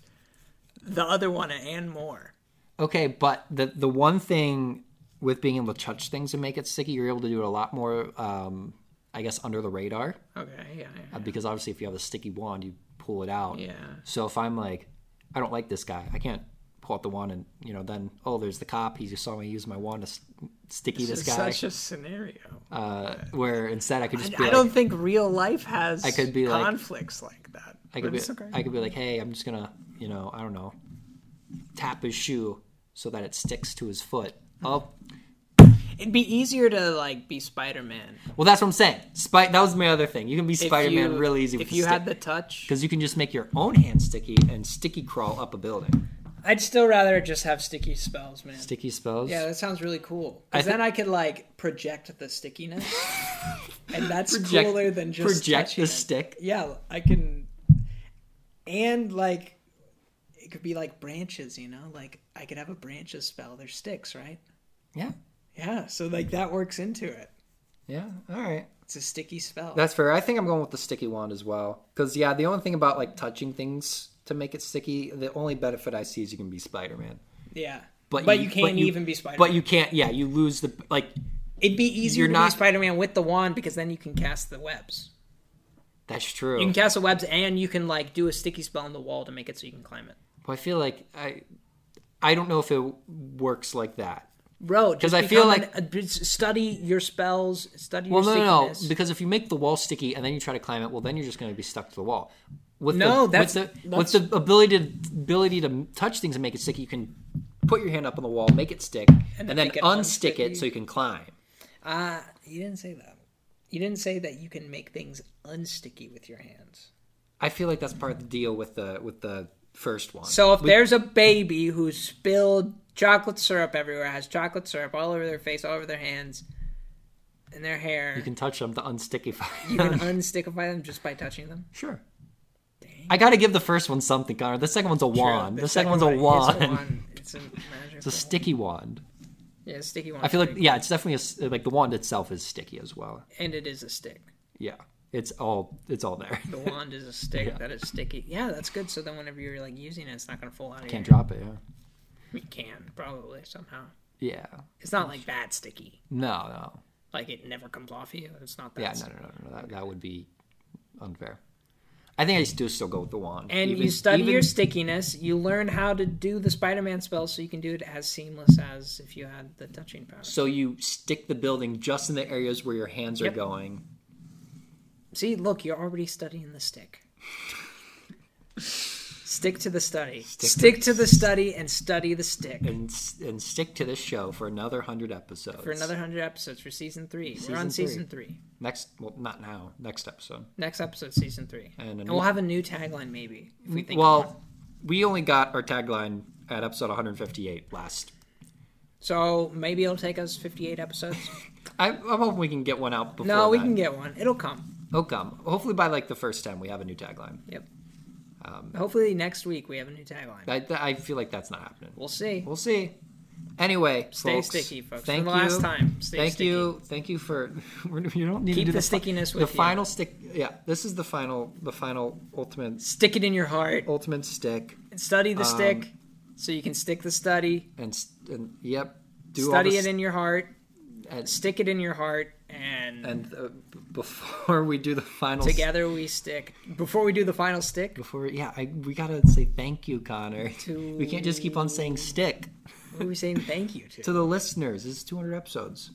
Speaker 1: the other one and more.
Speaker 2: okay but the the one thing with being able to touch things and make it sticky you're able to do it a lot more um i guess under the radar
Speaker 1: Okay, yeah,
Speaker 2: Uh,
Speaker 1: yeah,
Speaker 2: because obviously if you have a sticky wand you pull it out
Speaker 1: yeah.
Speaker 2: so if i'm like i don't like this guy i can't pull out the wand and you know then oh there's the cop he just saw me use my wand to s- sticky this,
Speaker 1: It's
Speaker 2: guy
Speaker 1: such a scenario.
Speaker 2: uh, where instead I could just be
Speaker 1: I
Speaker 2: like,
Speaker 1: don't think real life has I
Speaker 2: could be like-
Speaker 1: conflicts like, that.
Speaker 2: I
Speaker 1: but
Speaker 2: could be,
Speaker 1: it's okay.
Speaker 2: I could be like, hey, I'm just gonna, you know, I don't know, tap his shoe so that it sticks to his foot.
Speaker 1: Hmm.
Speaker 2: Oh,
Speaker 1: It'd be easier to like be Spider-Man.
Speaker 2: well, that's what I'm saying. Spite. That was my other thing. You can be
Speaker 1: if
Speaker 2: Spider-Man
Speaker 1: you-
Speaker 2: real easy with
Speaker 1: If you had the touch,
Speaker 2: because you can just make your own hand sticky and sticky crawl up a building.
Speaker 1: I'd still rather just have sticky spells, man.
Speaker 2: Sticky spells.
Speaker 1: Yeah, that sounds really cool.
Speaker 2: I
Speaker 1: Because
Speaker 2: thi-
Speaker 1: then I could like project the stickiness, and that's
Speaker 2: Project-
Speaker 1: cooler than just
Speaker 2: project
Speaker 1: touching
Speaker 2: the
Speaker 1: it.
Speaker 2: stick.
Speaker 1: Yeah, I can, and like, it could be like branches. You know, like I could have a branches spell. They're sticks, right?
Speaker 2: Yeah.
Speaker 1: Yeah, so like that works into it.
Speaker 2: Yeah. All right.
Speaker 1: It's a sticky spell.
Speaker 2: That's fair. I think I'm going with the sticky wand as well. Because yeah, the only thing about like touching things to make it sticky, the only benefit I see is you can be Spider-Man.
Speaker 1: yeah,
Speaker 2: But,
Speaker 1: you, can't even be Spider.
Speaker 2: But
Speaker 1: man
Speaker 2: you can't. Yeah, you lose the like.
Speaker 1: It'd be easier
Speaker 2: you're
Speaker 1: to be
Speaker 2: not-
Speaker 1: Spider-Man with the wand because then you can cast the webs.
Speaker 2: That's true.
Speaker 1: You can cast the webs, and you can like do a sticky spell on the wall to make it so you can climb it.
Speaker 2: But I feel like I, I don't know if it works like that.
Speaker 1: Bro, because
Speaker 2: I feel
Speaker 1: study your spells, study
Speaker 2: Well,
Speaker 1: your
Speaker 2: no, no, no,
Speaker 1: stickiness.
Speaker 2: because if you make the wall sticky and then you try to climb it, well, then you're just going to be stuck to the wall. With
Speaker 1: No,
Speaker 2: the,
Speaker 1: that's-
Speaker 2: with the,
Speaker 1: that's-
Speaker 2: with the ability to ability to touch things and make it sticky. You can put your hand up on the wall, make it stick, and, then
Speaker 1: make it
Speaker 2: unstick
Speaker 1: unsticky.
Speaker 2: it so you can climb.
Speaker 1: Uh, you didn't say that. You didn't say that you can make things unsticky with your hands.
Speaker 2: I feel like that's part of the deal with the with the first one.
Speaker 1: So if there's a baby who spilled chocolate syrup everywhere, has chocolate syrup all over their face, all over their hands, and their hair,
Speaker 2: you can touch them to unstickify.
Speaker 1: you can unstickify them just by touching them.
Speaker 2: sure. I got to give the first one something, Connor. The second one's a wand. The, second, one's
Speaker 1: one-
Speaker 2: a wand.
Speaker 1: It's a wand. It's a magic.
Speaker 2: It's a sticky wand.
Speaker 1: yeah, sticky one.
Speaker 2: I feel like yeah, it's definitely a s like the wand itself is sticky as well.
Speaker 1: and it is a stick.
Speaker 2: Yeah, it's all it's all there.
Speaker 1: The wand is a stick that is sticky. Yeah, that's good. So then whenever you're like using it, it's not gonna fall out of
Speaker 2: Can't
Speaker 1: your
Speaker 2: drop it. Yeah.
Speaker 1: hand. You can probably somehow.
Speaker 2: Yeah.
Speaker 1: It's not like that sticky.
Speaker 2: No, no.
Speaker 1: Like it never comes off you. It's not that.
Speaker 2: Yeah, no,
Speaker 1: sticky.
Speaker 2: no, no, no. That, that would be unfair. I think I do still go with the wand.
Speaker 1: And
Speaker 2: Even-
Speaker 1: you study
Speaker 2: even-
Speaker 1: your stickiness. You learn how to do the Spider-Man spell, so you can do it as seamless as if you had the touching power.
Speaker 2: So you stick the building just in the areas where your hands are
Speaker 1: Yep.
Speaker 2: going.
Speaker 1: See, look, you're already studying the stick. stick to the study. Stick, to the study and study the stick.
Speaker 2: And, s- and stick to this show for another hundred episodes.
Speaker 1: For another hundred episodes for season three. We're on
Speaker 2: Season
Speaker 1: season three.
Speaker 2: next, well, not now. Next episode.
Speaker 1: Next episode, season three,
Speaker 2: And a
Speaker 1: and,
Speaker 2: new-
Speaker 1: we'll have a new tagline maybe. If we think of one.
Speaker 2: Well, we only got our tagline at episode 158 last
Speaker 1: so maybe it'll take us fifty-eight episodes.
Speaker 2: I, I'm hoping we can get one out before.
Speaker 1: no, we
Speaker 2: that.
Speaker 1: can get one. It'll come.
Speaker 2: It'll come. Hopefully by like the first time we have a new tagline.
Speaker 1: Yep. Hopefully next week we have a new tagline.
Speaker 2: I, I feel like that's not happening.
Speaker 1: We'll see.
Speaker 2: We'll see. Anyway,
Speaker 1: Stay
Speaker 2: folks,
Speaker 1: sticky, folks.
Speaker 2: Thank
Speaker 1: From the last
Speaker 2: you.
Speaker 1: time, stay
Speaker 2: thank
Speaker 1: sticky.
Speaker 2: you. Thank you for. we're- you don't need
Speaker 1: Keep
Speaker 2: to do
Speaker 1: the
Speaker 2: fi-
Speaker 1: stickiness
Speaker 2: The
Speaker 1: with you.
Speaker 2: final stick. Yeah, this is the final. The final ultimate.
Speaker 1: Stick it in your heart.
Speaker 2: Ultimate stick
Speaker 1: and Study the
Speaker 2: Um,
Speaker 1: stick, so you can stick the study.
Speaker 2: and s- and yep. Do all
Speaker 1: Study
Speaker 2: the
Speaker 1: it
Speaker 2: s-
Speaker 1: in your heart. uh,
Speaker 2: and-
Speaker 1: Stick it in your heart, and,
Speaker 2: and uh, b- before we do the final s-
Speaker 1: together we stick. Before we do the final stick,
Speaker 2: Before yeah, I, we gotta say thank you, Connor.
Speaker 1: To-
Speaker 2: We can't just keep on saying stick.
Speaker 1: who are we saying thank you to?
Speaker 2: to the listeners. This is 200 episodes.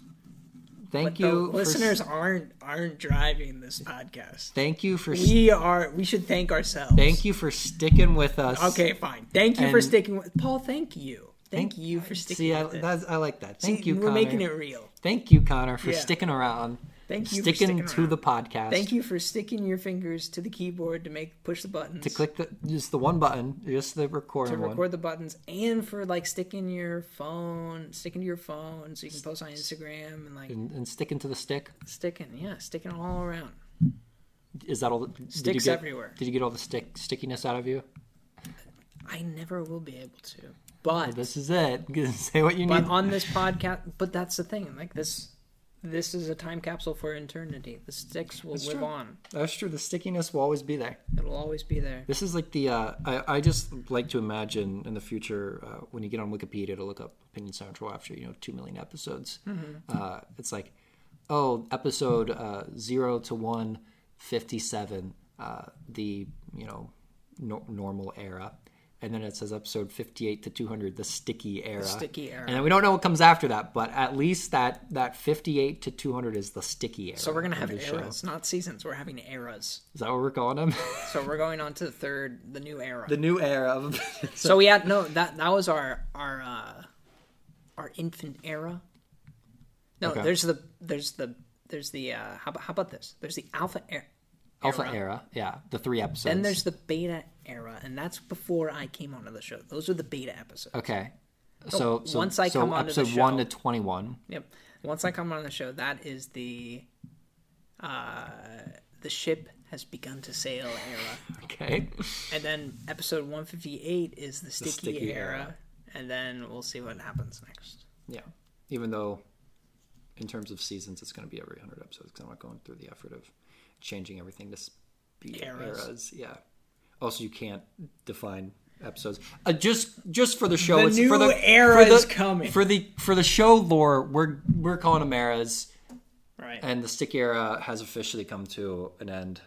Speaker 2: Thank
Speaker 1: But the
Speaker 2: you, for-
Speaker 1: listeners aren't aren't driving this podcast.
Speaker 2: thank you for
Speaker 1: We are. We should thank ourselves.
Speaker 2: thank you for sticking with us.
Speaker 1: Okay, fine. Thank you for
Speaker 2: And-
Speaker 1: sticking with Paul. Thank you. Thank, you for sticking.
Speaker 2: See, I,
Speaker 1: with it.
Speaker 2: that's, I like that. Thank you,
Speaker 1: We're
Speaker 2: Connor.
Speaker 1: making it real.
Speaker 2: Thank you, Connor, for
Speaker 1: Yeah.
Speaker 2: sticking around.
Speaker 1: Thank you for
Speaker 2: sticking,
Speaker 1: sticking
Speaker 2: to
Speaker 1: around.
Speaker 2: the podcast.
Speaker 1: Thank you for sticking your fingers to the keyboard to make push the buttons
Speaker 2: To click the just the one button, just the recording
Speaker 1: to
Speaker 2: one.
Speaker 1: record the buttons, and for like sticking your phone, sticking to your phone so you can post on Instagram and like
Speaker 2: And, and sticking to the stick
Speaker 1: sticking, yeah, sticking all around.
Speaker 2: is that all? The, did you
Speaker 1: Sticks
Speaker 2: get,
Speaker 1: everywhere.
Speaker 2: Did you get all the stick stickiness out of you?
Speaker 1: I never will be able to, but
Speaker 2: This is it. Say what you
Speaker 1: but
Speaker 2: need.
Speaker 1: on this podcast, but that's the thing, like this. This is a time capsule for eternity. The sticks will live
Speaker 2: true.
Speaker 1: on.
Speaker 2: That's true. The stickiness will always be there.
Speaker 1: It'll always be there.
Speaker 2: This is like the uh, I, I just like to imagine in the future uh, when you get on Wikipedia to look up Opinion Central after you know two million episodes,
Speaker 1: Mm-hmm.
Speaker 2: uh, it's like oh episode uh, zero to one fifty seven uh, the you know no- normal era and then it says episode 58 to 200 the sticky era
Speaker 1: sticky era.
Speaker 2: and then we don't know what comes after that but at least that that 58 to 200 is the sticky era
Speaker 1: So we're gonna
Speaker 2: of
Speaker 1: have
Speaker 2: the
Speaker 1: eras,
Speaker 2: show.
Speaker 1: not seasons. We're having eras.
Speaker 2: is that what we're calling them
Speaker 1: So we're going on to the third, the new era.
Speaker 2: the new era of
Speaker 1: so we had no that that was our our uh, our infant era. No,
Speaker 2: Okay.
Speaker 1: there's the there's the there's the uh, how about how about this? There's the alpha era.
Speaker 2: alpha era. yeah the three episodes
Speaker 1: Then there's the beta era, and that's before I came onto the show. Those are the beta episodes.
Speaker 2: okay so,
Speaker 1: Oh,
Speaker 2: so
Speaker 1: once I
Speaker 2: so
Speaker 1: come onto the
Speaker 2: episode
Speaker 1: show-
Speaker 2: 1 to 21
Speaker 1: Yep. Once I come on the show, that is the uh, the ship has begun to sail era.
Speaker 2: okay
Speaker 1: And then episode 158 is the sticky,
Speaker 2: sticky
Speaker 1: era.
Speaker 2: era.
Speaker 1: And then we'll see what happens next.
Speaker 2: yeah even though in terms of seasons it's going to be every 100 episodes because i'm not going through the effort of changing everything to s- be
Speaker 1: Eras.
Speaker 2: eras. yeah also you can't define episodes uh, just just for the show
Speaker 1: The
Speaker 2: it's
Speaker 1: new
Speaker 2: for the
Speaker 1: era
Speaker 2: for the,
Speaker 1: is coming.
Speaker 2: for the for the show lore we're we're calling them eras
Speaker 1: Right.
Speaker 2: and the stick era has officially come to an end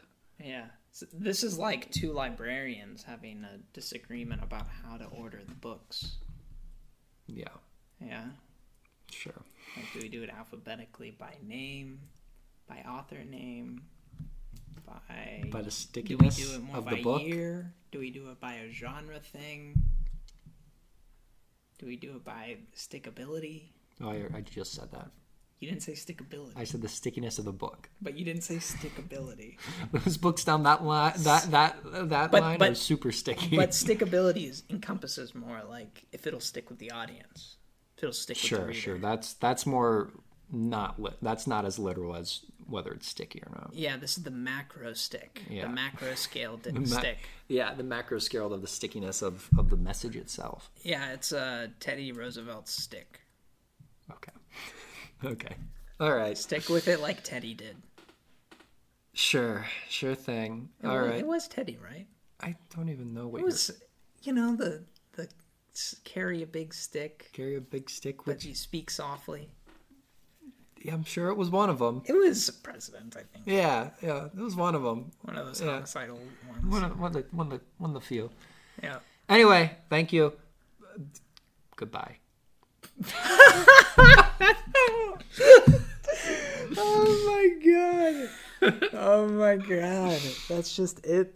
Speaker 1: yeah. So this is like two librarians having a disagreement about how to order the books.
Speaker 2: yeah
Speaker 1: Yeah.
Speaker 2: sure
Speaker 1: Like, do we do it alphabetically by name, by author name, by.
Speaker 2: by
Speaker 1: do
Speaker 2: the
Speaker 1: we
Speaker 2: stickiness
Speaker 1: do it more
Speaker 2: of
Speaker 1: by
Speaker 2: the book
Speaker 1: year? Do we do it by a genre thing? Do we do it by stickability?
Speaker 2: oh I, I just said that
Speaker 1: You didn't say stickability,
Speaker 2: i said the stickiness of the book
Speaker 1: but you didn't say stickability.
Speaker 2: those books down that line that that that
Speaker 1: But-
Speaker 2: line
Speaker 1: but-
Speaker 2: are super sticky
Speaker 1: but stickability is, encompasses more like if it'll stick with the audience, if it'll stick with the
Speaker 2: sure
Speaker 1: reader.
Speaker 2: sure that's that's more not li- that's not as literal as whether it's sticky or not
Speaker 1: Yeah, this is the macro stick.
Speaker 2: Yeah.
Speaker 1: The macro scale di-
Speaker 2: Ma-
Speaker 1: stick.
Speaker 2: yeah the macro scale of the stickiness of of the message itself
Speaker 1: Yeah, it's uh, Teddy Roosevelt's stick.
Speaker 2: okay okay all right
Speaker 1: Stick with it like Teddy did.
Speaker 2: sure sure thing all
Speaker 1: Well,
Speaker 2: right
Speaker 1: It was Teddy, right?
Speaker 2: i don't even know what
Speaker 1: It
Speaker 2: you're
Speaker 1: was, you know, the the s- carry a big stick,
Speaker 2: carry a big stick
Speaker 1: but
Speaker 2: which
Speaker 1: you speak softly.
Speaker 2: yeah, i'm sure it was one of them
Speaker 1: It was President, I think.
Speaker 2: yeah yeah it was one of them
Speaker 1: One of those
Speaker 2: Yeah.
Speaker 1: homicidal ones.
Speaker 2: one of, one of the one of the one of the few
Speaker 1: Yeah.
Speaker 2: anyway thank you goodbye
Speaker 1: Oh my god. Oh my god. That's just it.